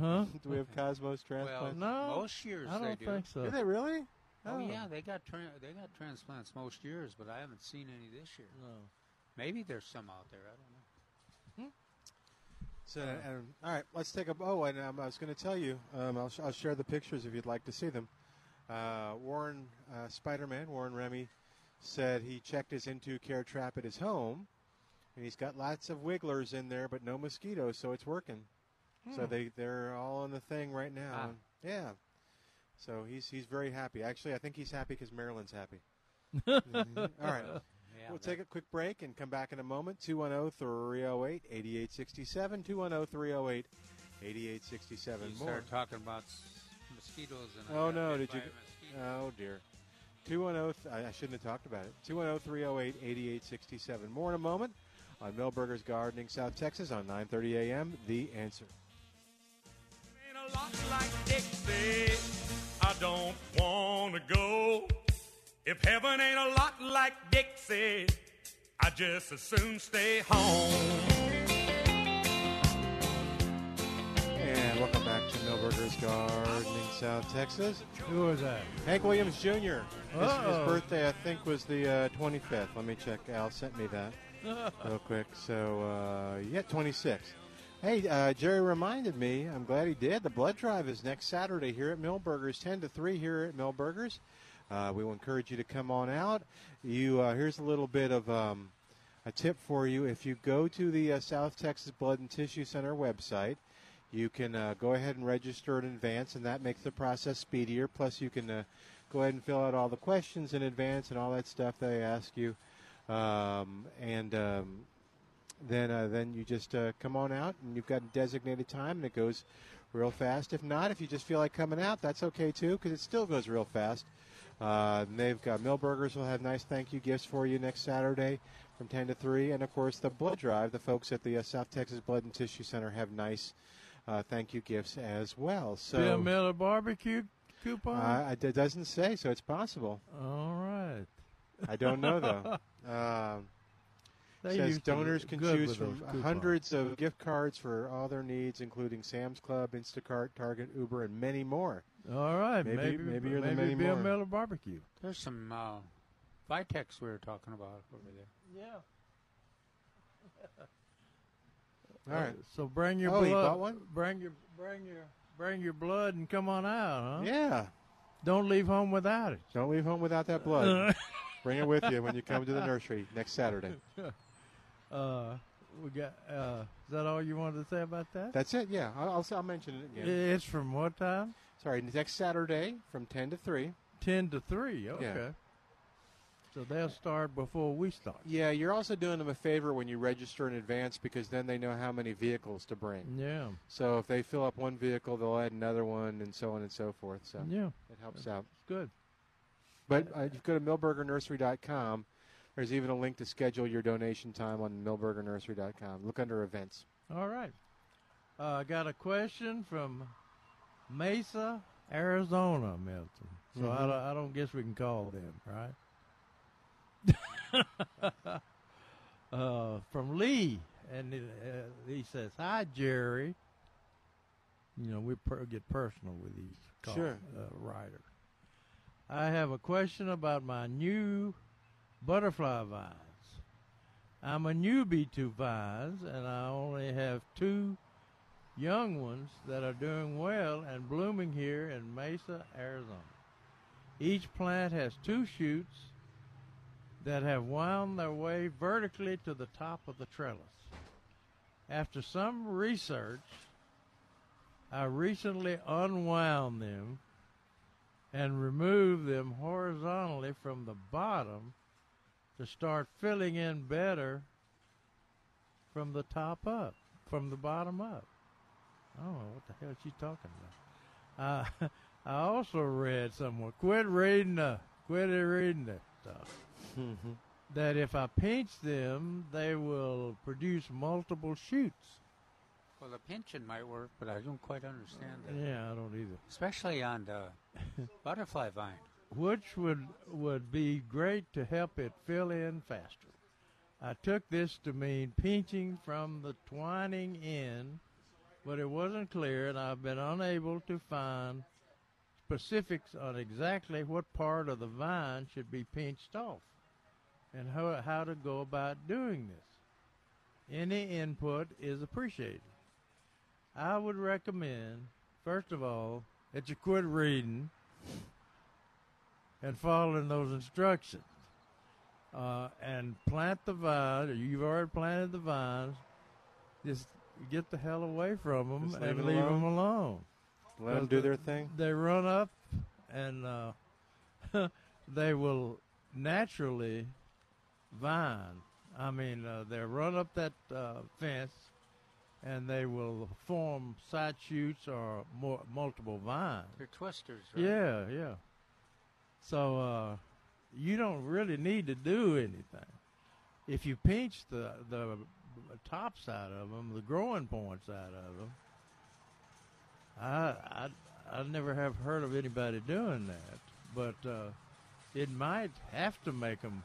Huh?
do we have cosmos
Well,
transplants?
most years
I
they
don't
do.
think so.
Do they really?
Oh, yeah, they got tran they got transplants most years, but I haven't seen any this year.
No.
Maybe there's some out there. I don't know.
So, um, all right, let's take a. Oh, and um, I was going to tell you, um, I'll, sh- I'll share the pictures if you'd like to see them. Uh, Warren uh, Spider Man, Warren Remy, said he checked his into care trap at his home, and he's got lots of wigglers in there, but no mosquitoes, so it's working. So
Hmm.
they they're all on the thing right now.
Ah.
Yeah. So he's he's very happy. Actually, I think he's happy because Maryland's happy. All right.
Yeah,
we'll
that-
take a quick break and come back in a moment. 210 308 8867. 210 308 8867.
You
More.
start talking about s- mosquitoes and I
Oh,
got
no.
bit
Did you?
by a mosquito.
Oh, dear. 210. th- I I shouldn't have talked about it. oh, 210 308 8867. More in a moment on Millburgers Gardening, South Texas on 930 a.m. The answer.
And a lot like Dixie, I don't wanna go. If heaven ain't a lot like Dixie, I just as soon stay home.
And welcome back to Millburgers Gardening, South Texas.
Who was that?
Hank Williams Jr. His, his
Uh-oh.
birthday, I think, was the uh, 25th. Let me check. Al sent me that real quick. So, uh, yeah, 26th. Hey, uh, Jerry reminded me. I'm glad he did. The blood drive is next Saturday here at Millburgers, 10 to 3 here at Millburgers. Uh, we will encourage you to come on out. You uh, here's a little bit of um, a tip for you. If you go to the uh, South Texas Blood and Tissue Center website, you can uh, go ahead and register in advance, and that makes the process speedier. Plus, you can uh, go ahead and fill out all the questions in advance and all that stuff they ask you. Um, and um, then, uh, then you just uh, come on out, and you've got a designated time, and it goes real fast. If not, if you just feel like coming out, that's okay too, because it still goes real fast. Uh, and they've got Millburgers will have nice thank you gifts for you next Saturday from 10 to 3. And of course, the blood drive, the folks at the uh, South Texas Blood and Tissue Center have nice uh, thank you gifts as well. So
Bill Miller barbecue coupon?
Uh, it doesn't say, so it's possible.
All right.
I don't know though. Um,
They
says
used to
donors
be
can
good
choose
with
from
those coupons.
hundreds of gift cards for all their needs, including Sam's Club, Instacart, Target, Uber, and many more.
All right.
maybe
Maybe
maybe you're the
maybe
many
Bill
more.
Miller barbecue.
There's some uh, Vitex we were talking about over there.
Yeah.
All right.
So bring your
Oh,
blood.
he bought one?
Bring your bring your bring your blood and come on out, huh?
Yeah.
Don't leave home without it.
Don't leave home without that blood. Bring it with you when you come to the nursery next Saturday.
Uh, we got. Uh, is that all you wanted to say about that?
That's it. Yeah, I'll, I'll, I'll mention it again.
It's from what time?
Sorry, next Saturday from ten to three.
Ten to three. Okay. So they'll start before we start.
Yeah, you're also doing them a favor when you register in advance because then they know how many vehicles to bring.
Yeah.
So if they fill up one vehicle, they'll add another one, and so on and so forth. So
Yeah.
it helps out.
It's good.
But uh, if you go to millburgernursery.com, there's even a link to schedule your donation time on millburgernursery.com. Look under events.
All right. Uh, I got a question from Mesa, Arizona, Milton. So I,
Mhm.
don't, I don't guess we can call them, right? uh, from Lee, and it, uh, he says, "Hi, Jerry." You know, we per- get personal with these call,
Sure.
uh, writer. I have a question about my new butterfly vines. I'm a newbie to vines, and I only have two young ones that are doing well and blooming here in Mesa, Arizona. Each plant has two shoots that have wound their way vertically to the top of the trellis. After some research, I recently unwound them and removed them horizontally from the bottom to start filling in better from the top up, from the bottom up. I don't know Oh, what the hell she's talking about. Uh, I also read somewhere, quit reading the, quit reading that stuff, that if I pinch them, they will produce multiple shoots.
Well, the pinching might work, but I don't quite understand that.
Yeah, I don't either.
Especially on the butterfly vine.
which would would be great to help it fill in faster. I took this to mean pinching from the twining end, but it wasn't clear, and I've been unable to find specifics on exactly what part of the vine should be pinched off, and how how to go about doing this. Any input is appreciated. I would recommend, first of all, that you quit reading and following those instructions. Uh, and plant the vines. You've already planted the vines. Just get the hell away from them
Just leave
and
it
leave
alone.
them alone.
Let 'em
But
do
the-
their thing.
They run up and uh, they will naturally vine. I mean, uh, they run up that uh, fence and they will form side shoots or more, multiple vines.
They're twisters, right?
Yeah, yeah. So uh, you don't really need to do anything. If you pinch the the top side of them, the growing point side of them, I I I never have heard of anybody doing that. But uh, it might have to make them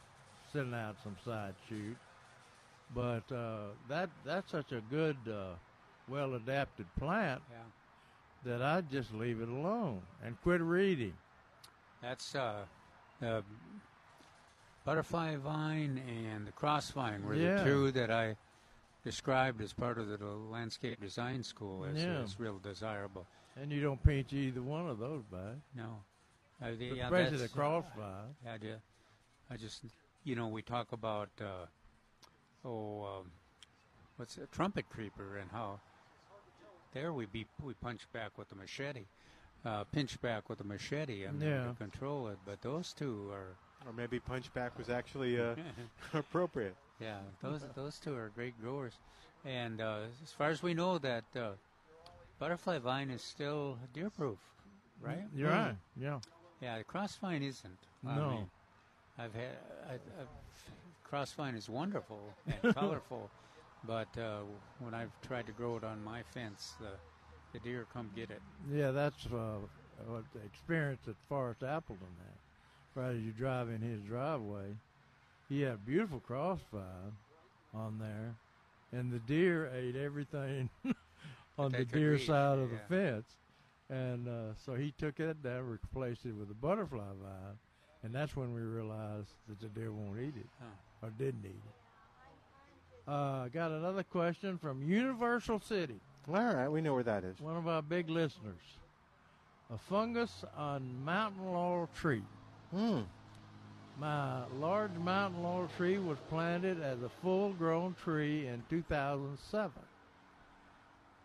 send out some side shoot. But uh, that that's such a good, uh, well adapted plant that I just leave it alone and quit reading.
That's uh, the butterfly vine and the cross vine were
Yeah.
the two that I described as part of the landscape design school as,
Yeah.
as real desirable.
And you don't pinch either one of those, bud.
No. Uh, the, yeah,
Especially the
that's-
cross vine.
I do. I just, you know, we talk about, uh, oh, um, what's it, trumpet creeper, and how there we be we punch back with the machete, uh, pinch back with the machete, and
Yeah.
control it. But those two are,
Or maybe punchback was actually uh, appropriate.
yeah, those those two are great growers. And uh, as far as we know, that uh, butterfly vine is still deer proof, right?
You're right. Yeah.
Yeah, the crossvine isn't.
No.
I've had I, I've, crossvine is wonderful and colorful, but uh, when I've tried to grow it on my fence, the the deer come get it.
Yeah, that's uh, what the experience that Forrest Appleton had. Right as you drive in his driveway, he had a beautiful cross vine on there, and the deer ate everything
That
on the
they could
deer
reach,
side of the
yeah.
fence. And uh, so he took that down, replaced it with a butterfly vine, and that's when we realized that the deer won't eat it or didn't eat it. Uh, got another question from Universal City.
All right, we know where that is.
One of our big listeners. A fungus on mountain laurel tree.
Hmm.
My large mountain laurel tree was planted as a full grown tree in 2007.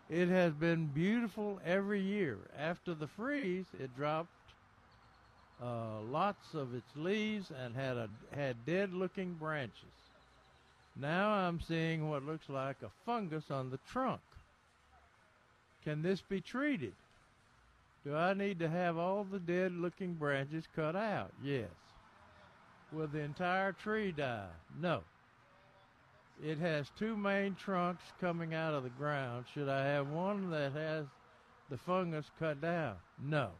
It has been beautiful every year. After the freeze, it dropped uh, lots of its leaves and had a, had dead looking branches. Now I'm seeing what looks like a fungus on the trunk. Can this be treated? Do I need to have all the dead looking branches cut out? Yes. Will the entire tree die? No. It has two main trunks coming out of the ground. Should I have one that has the fungus cut down? No.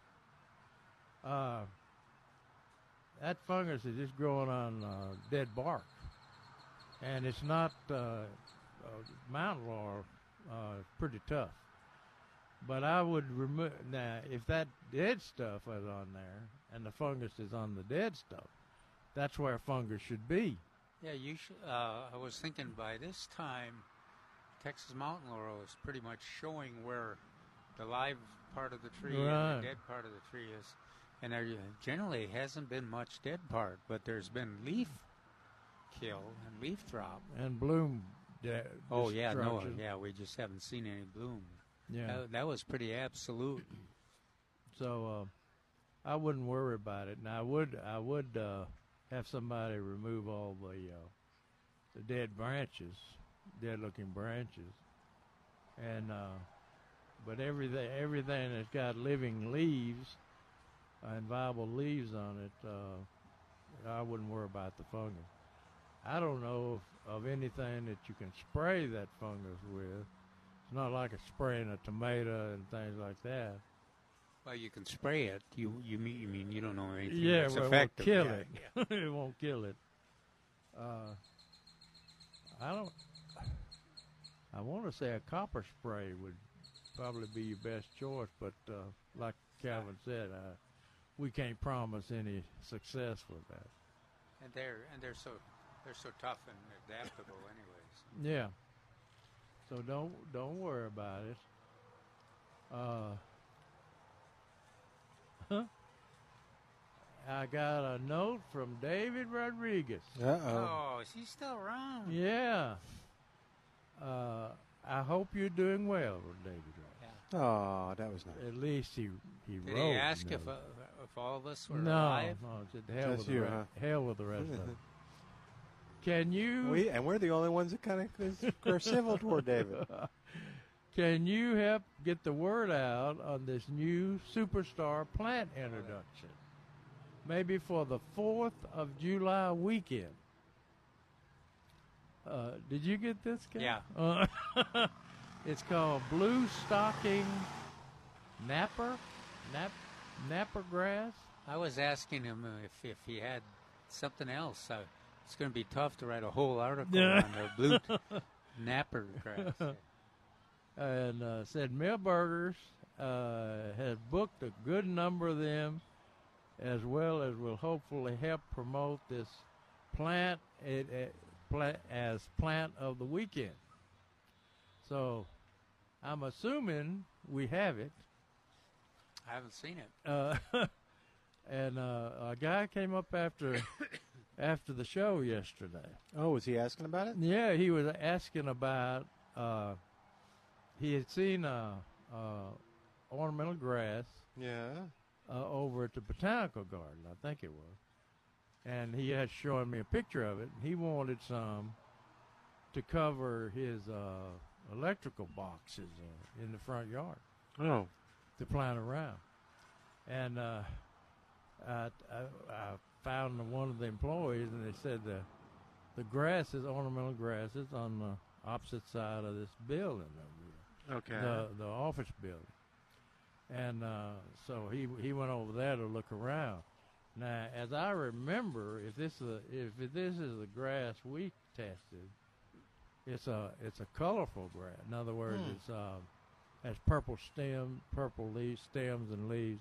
Uh, that fungus is just growing on uh, dead bark, and it's not uh, uh, mountain laurel. Uh, it's pretty tough. But I would remove now if that dead stuff is on there and the fungus is on the dead stuff. That's where fungus should be.
Yeah, you should. Uh, I was thinking by this time, Texas mountain laurel is pretty much showing where the live part of the tree
Right.
and the dead part of the tree is, and there generally hasn't been much dead part, but there's been leaf kill and leaf drop.
and bloom. De-
Oh yeah, no,
destruction.
yeah, we just haven't seen any bloom.
Yeah.
that, that was pretty absolute.
So uh, I wouldn't worry about it, and I would I would uh, have somebody remove all the uh, the dead branches, dead looking branches, and uh, but everything everything that's got living leaves and viable leaves on it, uh, I wouldn't worry about the fungus. I don't know if, of anything that you can spray that fungus with. It's not like a spraying a tomato and things like that.
Well, you can spray it. You you mean you mean you don't know anything
Yeah,
that's
well, it won't
effective.
kill
Yeah,
it.
yeah.
it won't kill it. Uh, I don't. I want to say a copper spray would probably be your best choice, but uh, like Calvin said, uh, we can't promise any success with that.
And they're and they're so they're so tough and adaptable, anyways.
Yeah. So don't don't worry about it. Uh, I got a note from David Rodriguez.
oh, she's still around.
Yeah. Uh, I hope you're doing well, David. Ross.
Oh, that was nice.
At least he he
Did
wrote.
he ask
no.
if uh, if all of us were
no,
alive?
no, just hell
Just
with the
you,
re-
huh?
hell with the rest of it. Can you?
We and we're the only ones that kind of are civil toward David.
Can you help get the word out on this new superstar plant introduction? Maybe for the 4th of July weekend. Uh, did you get this, guy?
Yeah.
Uh, it's called Blue Stocking Napper? Nap, napper grass?
I was asking him if if he had something else. Uh, it's going to be tough to write a whole article
Yeah.
on the blue t- napper grass.
and uh, said Mill Burgers uh, has booked a good number of them, as well as will hopefully help promote this plant it, it, pla- as plant of the weekend. So, I'm assuming we have it.
I haven't seen it.
Uh, and uh, a guy came up after after the show yesterday.
Oh, was he asking about it?
Yeah, he was asking about. Uh, he had seen uh, uh, ornamental grass.
Yeah.
Uh, over at the botanical garden, I think it was, and he had shown me a picture of it. And he wanted some to cover his uh, electrical boxes uh, in the front yard
Oh.
to plant around. And uh, I, I, I found one of the employees, and they said the the grass is ornamental grasses on the opposite side of this building over here.
Okay.
The the office building. And uh, so he he went over there to look around. Now, as I remember, if this is a, if this is the grass we tested, it's a it's a colorful grass. In other words,
Hmm.
it's uh, has purple stem, purple leaves, stems and leaves,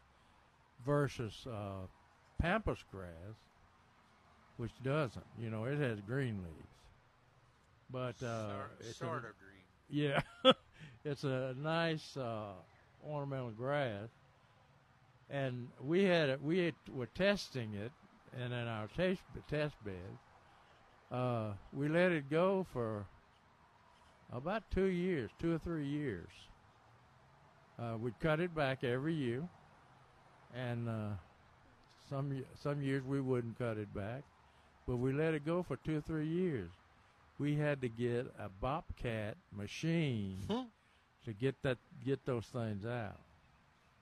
versus uh, pampas grass, which doesn't. You know, it has green leaves, but uh,
Sor-
it's a-
sort of green.
Yeah, it's a nice uh, ornamental grass, and we had it. We had, were testing it, and in our taste, test bed, uh, we let it go for about two years, two or three years. Uh, we'd cut it back every year, and uh, some y- some years we wouldn't cut it back, but we let it go for two or three years. We had to get a bobcat machine to get that get those things out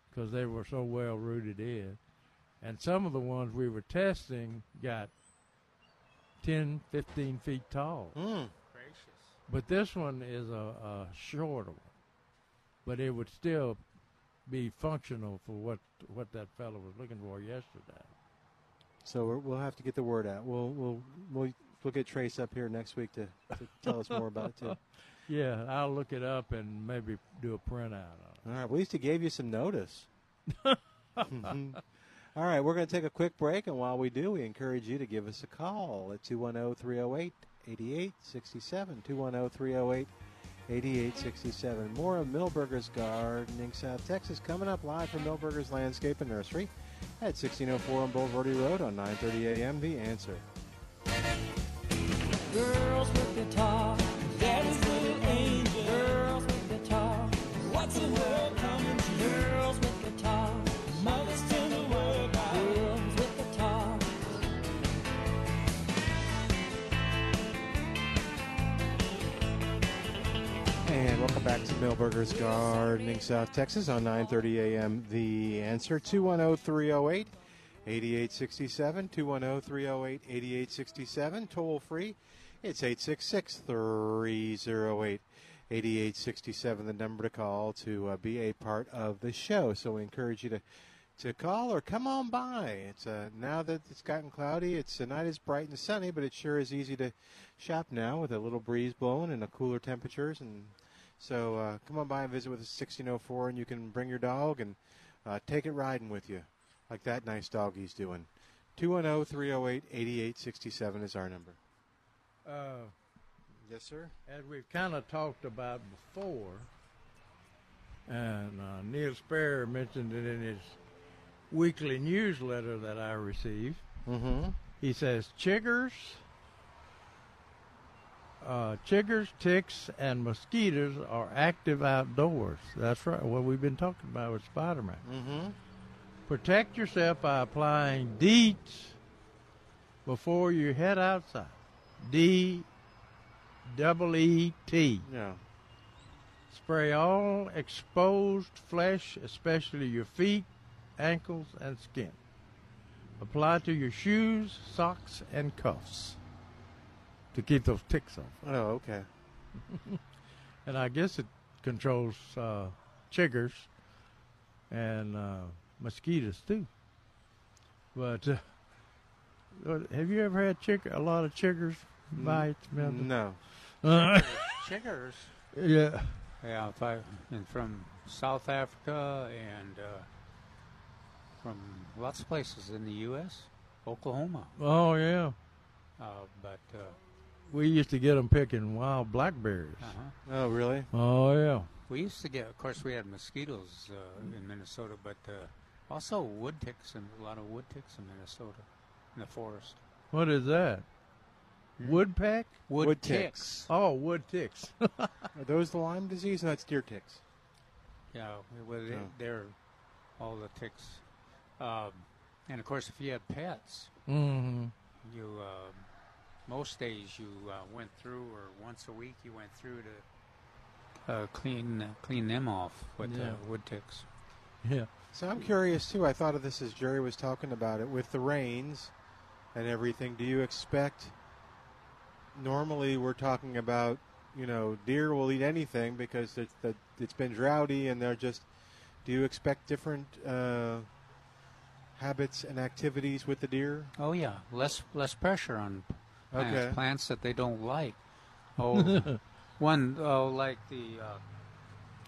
because they were so well rooted in, and some of the ones we were testing got 10, 15 feet tall.
Gracious.
But this one is a, a shorter one. But it would still be functional for what what that fellow was looking for yesterday.
So we're, we'll have to get the word out. We'll we'll we'll, we'll get Trace up here next week to, to tell us more about it too.
Yeah, I'll look it up and maybe do a printout on it.
All right. Well, at least he gave you some notice. All All right, we're going to take a quick break, and while we do, we encourage you to give us a call at oh, 210 308 8867. 210 308 8867. More of Millburgers Gardening South Texas coming up live from Millburgers Landscape and Nursery at 1604 on Boulevardy Road on 930 a.m. The answer.
Girls with guitar, daddy's little angel. Girls with guitar, what's the world coming to? Girls with guitar, mother's still the world by. Girls with guitar.
And welcome back to Millburgers Gardening South Texas on 9:30 a.m. The answer oh, 210-308-8867 oh, 210-308-8867 toll free it's 866-308-8867 the number to call to uh, be a part of the show so we encourage you to to call or come on by. It's uh, now that it's gotten cloudy, it's uh, not as bright and sunny, but it sure is easy to shop now with a little breeze blowing and the cooler temperatures. And so uh, come on by and visit with us at 1604, and you can bring your dog and uh, take it riding with you, like that nice dog he's doing. oh, 210 308 8867 is our number.
Uh,
yes, sir.
As we've kind of talked about before, and uh, Neil Sperry mentioned it in his weekly newsletter that I receive.
Mhm.
He says chiggers, uh, chiggers, ticks, and mosquitoes are active outdoors. That's right. What we've been talking about with Spider-Man.
Mm-hmm.
Protect yourself by applying DEETs before you head outside. D double E T.
Yeah.
Spray all exposed flesh, especially your feet, ankles, and skin. Apply to your shoes, socks, and cuffs to keep those ticks off.
Oh, okay.
and I guess it controls uh, chiggers and uh, mosquitoes too. But uh, what- have you ever had chick a lot of chiggers bites? Melvin?
No.
Uh,
Chiggers.
yeah.
Yeah, if I, and from South Africa and uh, from lots of places in the U.S., Oklahoma.
Oh yeah.
Uh, but uh,
We used to get them picking wild blackberries.
Uh-huh.
Oh, really?
Oh yeah.
we used to get, of course, we had mosquitoes uh, in Minnesota, but uh, also wood ticks and a lot of wood ticks in Minnesota in the forest.
What is that? Woodpeck?
Wood Wood ticks.
Oh, wood ticks. Are
those the Lyme disease? No, it's deer ticks.
Yeah, well, they,
So-
they're all the ticks. Um, and of course, if you have pets,
Mm-hmm.
Mhm.
you uh, most days you uh, went through, or once a week you went through to uh, clean clean them off with
Yeah.
uh, wood ticks.
Yeah.
So I'm curious too. I thought of this as Jerry was talking about it with the rains and everything. Do you expect? Normally, we're talking about you know deer will eat anything because it's the, it's been droughty and they're just. Do you expect different uh, habits and activities with the deer?
Oh yeah, less less pressure on plants,
Okay.
plants that they don't like. Oh, one oh like the uh,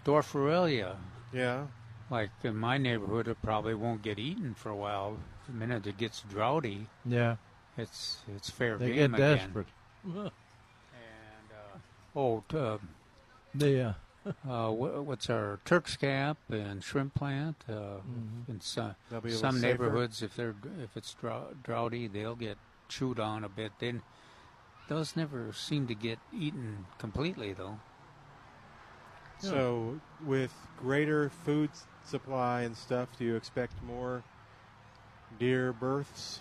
Dorferellia.
Yeah.
Like in my neighborhood, it probably won't get eaten for a while. The minute it gets droughty,
Yeah.
it's it's fair
They
game
get
again.
desperate.
Oh, t- uh,
Yeah.
uh, wh- what's our Turk's Cap and shrimp plant? Uh,
Mm-hmm.
In some
They'll be a little
some
safer.
neighborhoods, if they're if it's drou- droughty, they'll get chewed on a bit. Then those never seem to get eaten completely, though.
So, with greater food s- supply and stuff, do you expect more deer births?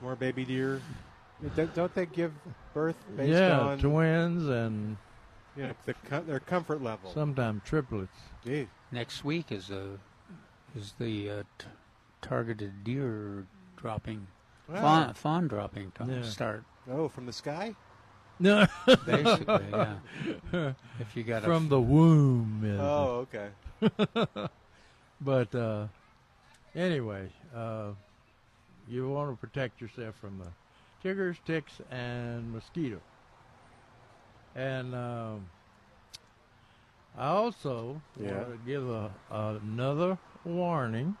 More baby deer? Don't, don't they give birth based
yeah,
on
twins and
you know, the, co- their comfort level?
sometimes triplets.
Gee.
Next week is the is the uh, t- targeted deer dropping
Wow.
fawn, fawn dropping time
Yeah.
start.
Oh, from the sky?
No.
Basically, yeah. If you got a
from the womb. is-
Oh, okay.
but uh, anyway, uh, you want to protect yourself from the chiggers, ticks, and mosquito. And um, I also
Yeah.
want to give a, another warning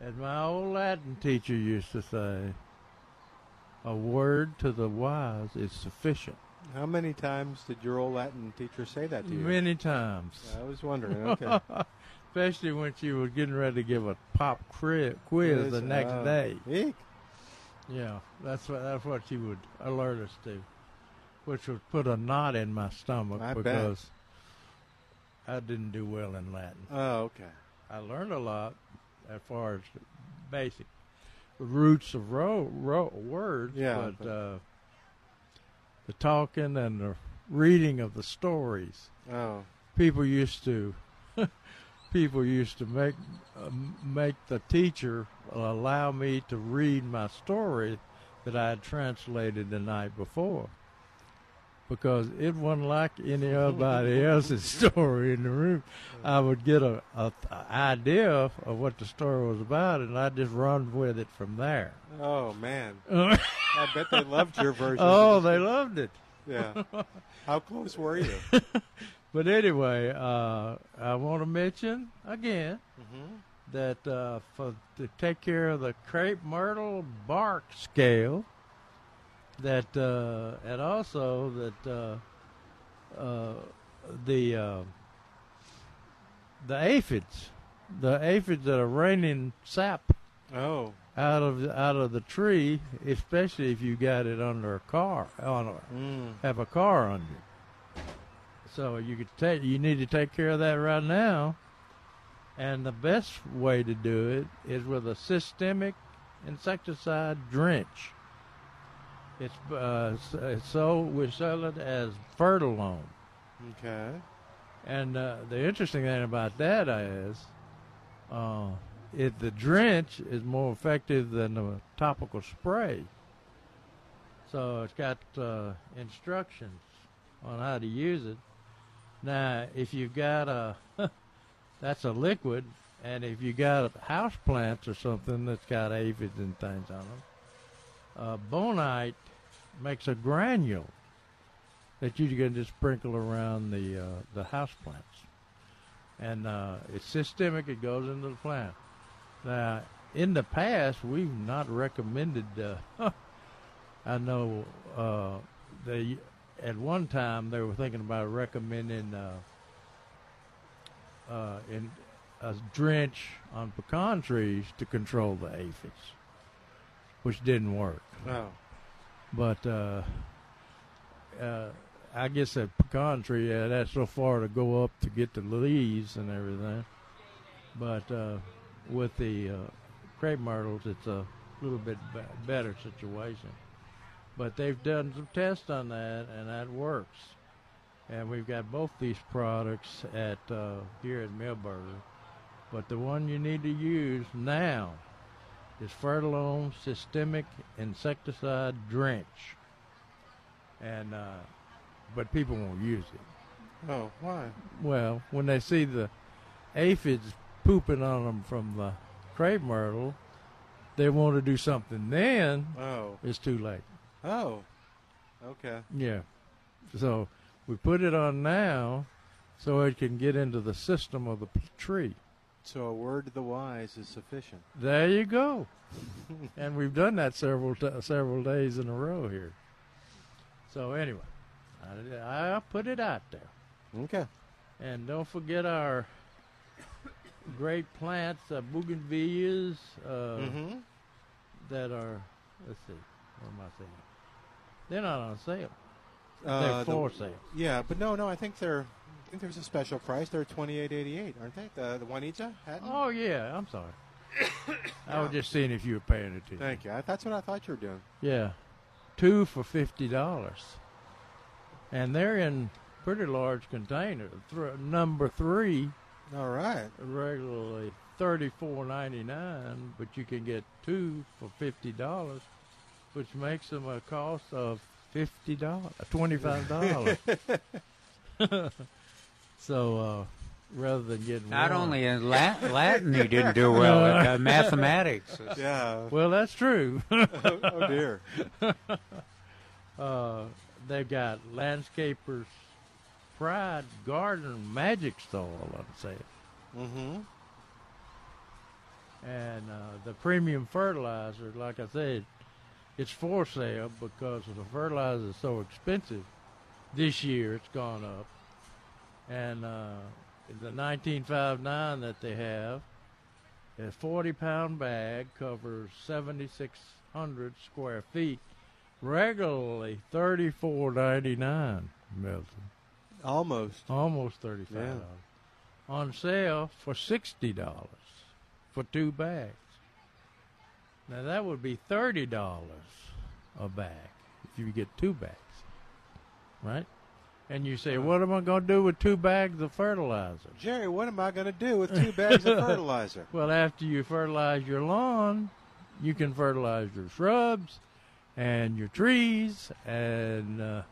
As my old Latin teacher used to say, a word to the wise is sufficient.
How many times did your old Latin teacher say that to you?
Many times.
I was wondering. Okay.
Especially when she was getting ready to give a pop cri- quiz
Quiz,
the next
oh.
day.
Eek.
Yeah, that's what that's what she would alert us to, which would put a knot in my stomach
I bet.
because I didn't do well in Latin.
Oh, okay.
I learned a lot as far as the basic roots of ro- ro- words,
Yeah,
but
but-
uh, the talking and the reading of the stories.
Oh.
People used to people used to make uh, make the teacher allow me to read my story that I had translated the night before because it wasn't like anybody else's story in the room. I would get a, a, a idea of what the story was about, and I just run with it from there.
Oh man. I bet they loved your version.
Oh, they loved it.
Yeah. How close were you?
but anyway, uh, I want to mention again
Mhm.
that uh, for to take care of the crepe myrtle bark scale, that uh, and also that uh, uh, the uh, the aphids, the aphids that are raining sap
Oh.
out of out of the tree, especially if you got it under a car on a,
mm,
have a car on you. So you could take you need to take care of that right now. And the best way to do it is with a systemic insecticide drench. It's uh, s- so we sell it as Fertilome.
Okay.
And uh, the interesting thing about that is, uh, it, the drench is more effective than the topical spray. So it's got uh, instructions on how to use it. Now, if you've got a, that's a liquid, and if you got house plants or something that's got aphids and things on them, uh, bonite makes a granule that you can just sprinkle around the uh, the house plants, and uh, it's systemic. It goes into the plant. Now, in the past, we've not recommended. Uh, I know uh, they at one time they were thinking about recommending uh, uh, in a drench on pecan trees to control the aphids, which didn't work.
Oh.
But uh, uh, I guess that pecan tree yeah, that's so far to go up to get the leaves and everything. But uh, with the uh, crepe myrtles, it's a little bit be- better situation. But they've done some tests on that, and that works. And we've got both these products at uh, here at Millburger. But the one you need to use now is Fertilome Systemic Insecticide Drench. And uh, but people won't use it.
Oh, why?
Well, when they see the aphids pooping on them from the crepe myrtle, they want to do something. Then
Oh.
it's too late.
Oh. Okay.
Yeah. So we put it on now, so it can get into the system of the p- tree.
So a word to the wise is sufficient.
There you go. and we've done that several t- several days in a row here. So anyway, I, I put it out there.
Okay.
And don't forget our great plants, uh, bougainvilleas, uh,
Mhm.
that are. Let's see, what am I saying? They're not on sale.
Uh,
They're
the-
for sale.
Yeah, but no, no. I think they're. I think there's a special price. They're twenty eight eighty eight, aren't they? The, the Juanita Hatton.
Oh yeah, I'm sorry. I was just seeing if you were paying attention.
Thank you. I, that's what I thought you were doing.
Yeah, two for fifty dollars, and they're in pretty large container. Th- number three.
All right.
Regularly thirty four ninety nine, but you can get two for fifty dollars, which makes them a cost of fifty dollars, twenty five dollars. so uh, rather than getting
Not
one-
only in Lat- Latin you didn't do well, but, uh, mathematics. uh,
Yeah.
Well, that's true.
Oh, oh, dear.
uh, they've got landscapers pride garden magic soil on sale.
Mm-hmm.
And uh, the premium fertilizer, like I said, it's for sale because the fertilizer is so expensive. This year it's gone up. And uh, the 1959 that they have, a 40 pound bag covers 7,600 square feet. Regularly $34.99, Milton.
Almost.
Almost $35.
Yeah.
On sale for $60 for two bags. Now that would be $30 a bag if you get two bags, right? And you say, what am I going to do with two bags of fertilizer?
Jerry, what am I going to do with two bags of fertilizer?
Well, after you fertilize your lawn, you can fertilize your shrubs and your trees and uh,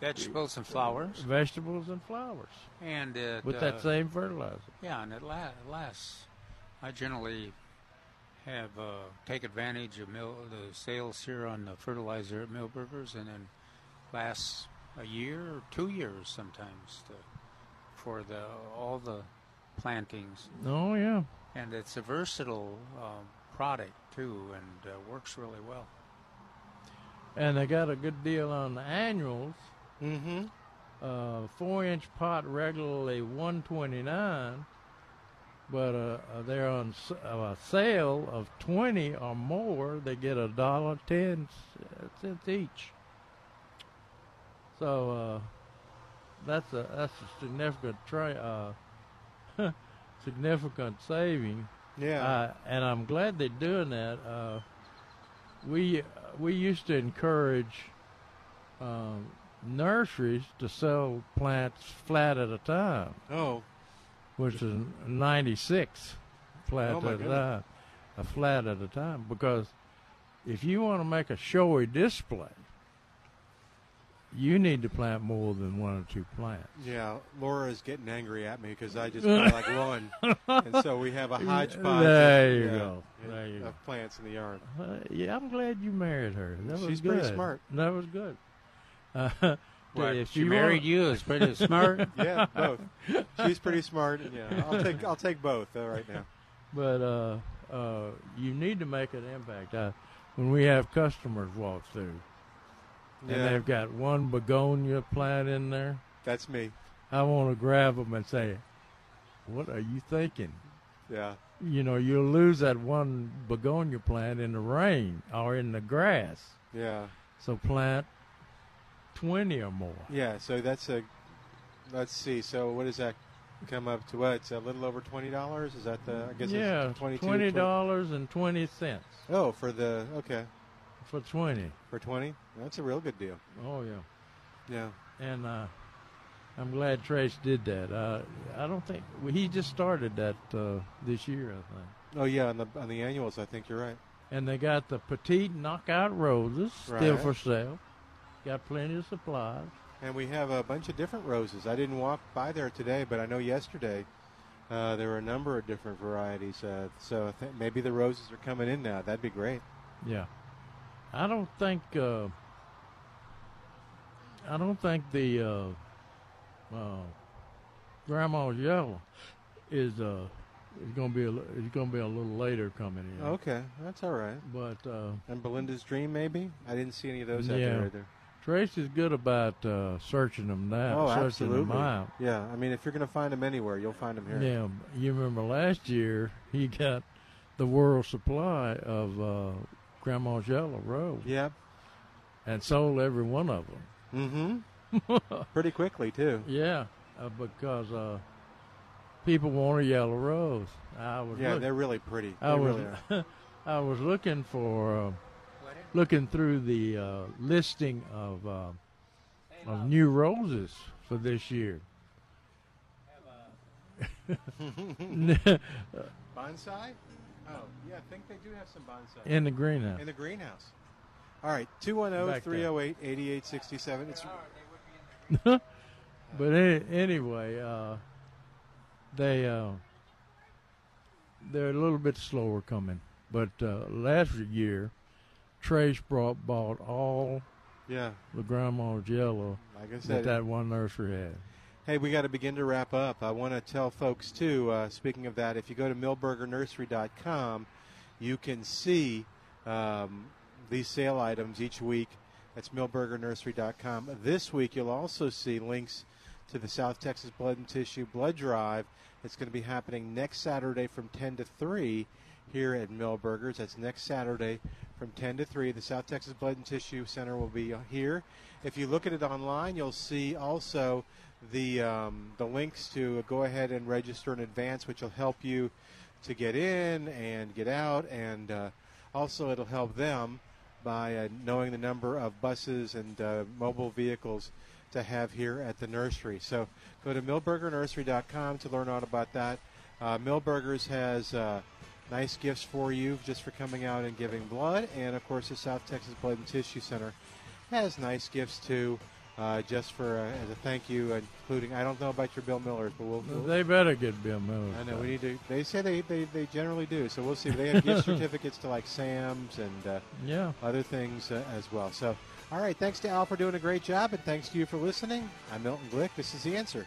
Vegetables and flowers.
vegetables and flowers.
And it,
With that
uh,
same fertilizer.
Yeah, and it la- lasts. I generally have uh, take advantage of mill the sales here on the fertilizer at Millburgers, and then lasts a year or two years sometimes to, for the all the plantings.
Oh, yeah.
And it's a versatile um, product too, and uh, works really well.
and they got a good deal on the annuals. Mm-hmm. Uh, four-inch pot regularly one twenty-nine, but uh, uh, they're on s- uh, a sale of twenty or more. They get a dollar ten c- cents each. So uh, that's a that's a significant tra- uh, significant saving.
Yeah.
Uh, and I'm glad they're doing that. Uh, we we used to encourage um, nurseries to sell plants flat at a time.
Oh.
which is 96 flat
Oh,
at
my
a
goodness.
time, a flat at a time. Because if you want to make a showy display, you need to plant more than one or two plants.
Yeah, Laura is getting angry at me because I just buy like one, and so we have a hodgepodge.
There
of,
you
yeah,
go. There you
of
go.
plants in the yard.
Uh, yeah, I'm glad you married her. That was
She's
good.
pretty smart.
That was good. Uh,
What,
if
she
you
married
wanna-
you is pretty smart?
yeah, both. She's pretty smart. and Yeah, I'll take I'll take both uh, right now.
But uh, uh, you need to make an impact. I, when we have customers walk through,
Yeah.
and they've got one begonia plant in there,
That's me.
I want to grab them and say, "What are you thinking?"
Yeah.
You know, you'll lose that one begonia plant in the rain or in the grass.
Yeah.
So plant twenty or more.
Yeah. So that's a. Let's see. So what does that come up to? What? It's a little over twenty dollars. Is that the? I guess
yeah,
it's 22,
twenty dollars and twenty cents
Oh, for the okay.
for twenty.
For twenty, that's a real good deal.
Oh yeah.
Yeah.
And uh, I'm glad Trace did that. Uh, I don't think well, he just started that uh, this year, I think.
Oh yeah, on the on the annuals, I think you're right.
And they got the petite knockout roses still
Right.
for sale. Got plenty of supplies.
And we have a bunch of different roses. I didn't walk by there today, but I know yesterday uh, there were a number of different varieties. Uh, so I think maybe the roses are coming in now. That'd be great.
Yeah, I don't think uh, I don't think the uh, uh, grandma's yellow is uh, is gonna be a, li- is gonna be a little later coming in.
Okay, that's all right.
But uh,
and Belinda's dream, maybe. I didn't see any of those out
yeah.
there either.
Trace is good about uh, searching them down,
oh,
searching
absolutely.
them out.
Yeah, I mean, if you're going to find them anywhere, you'll find them here.
Yeah, you remember last year he got the world supply of uh, Grandma's yellow rose.
Yep.
and sold every one of them.
Mm-hmm. Pretty quickly too.
Yeah, uh, because uh, people want a yellow rose. I was
Yeah,
look- Oh,
they're really pretty.
I
They
was
really
I was looking for uh, looking through the uh, listing of uh, of new roses for this year.
Bonsai? Oh, yeah, I think they do have some bonsai.
In the greenhouse.
In the greenhouse. All right, 210 308 8867. It's
but any, anyway, uh, they uh, they're a little bit slower coming. But uh, last year, Trace brought bought all
Yeah.
the grandma's yellow
Like I
that
said,
that one nursery had.
Hey, we got to begin to wrap up. I want to tell folks, too, uh, speaking of that, if you go to millburgernursery.com, you can see um, these sale items each week. That's millburgernursery.com. This week, you'll also see links to the South Texas Blood and Tissue Blood Drive. It's going to be happening next Saturday from 10 to 3 here at Millburgers. That's next Saturday from 10 to 3. The South Texas Blood and Tissue Center will be uh, here. If you look at it online, you'll see also the um, the links to go ahead and register in advance, which will help you to get in and get out, and uh, also it'll help them by uh, knowing the number of buses and uh, mobile vehicles to have here at the nursery. So go to millburgernursery.com to learn all about that. Uh, Millburgers has uh, nice gifts for you just for coming out and giving blood, and of course the South Texas Blood and Tissue Center has nice gifts too, uh, just for uh, as a thank you, including I don't know about your Bill Millers, but we'll, we'll
They better get Bill Miller.
I know we need to. They say they, they, they generally do. So we'll see. They have gift certificates to like Sam's and uh,
Yeah.
other things uh, as well. So all right, thanks to Al for doing a great job, and thanks to you for listening. I'm Milton Glick. This is the answer.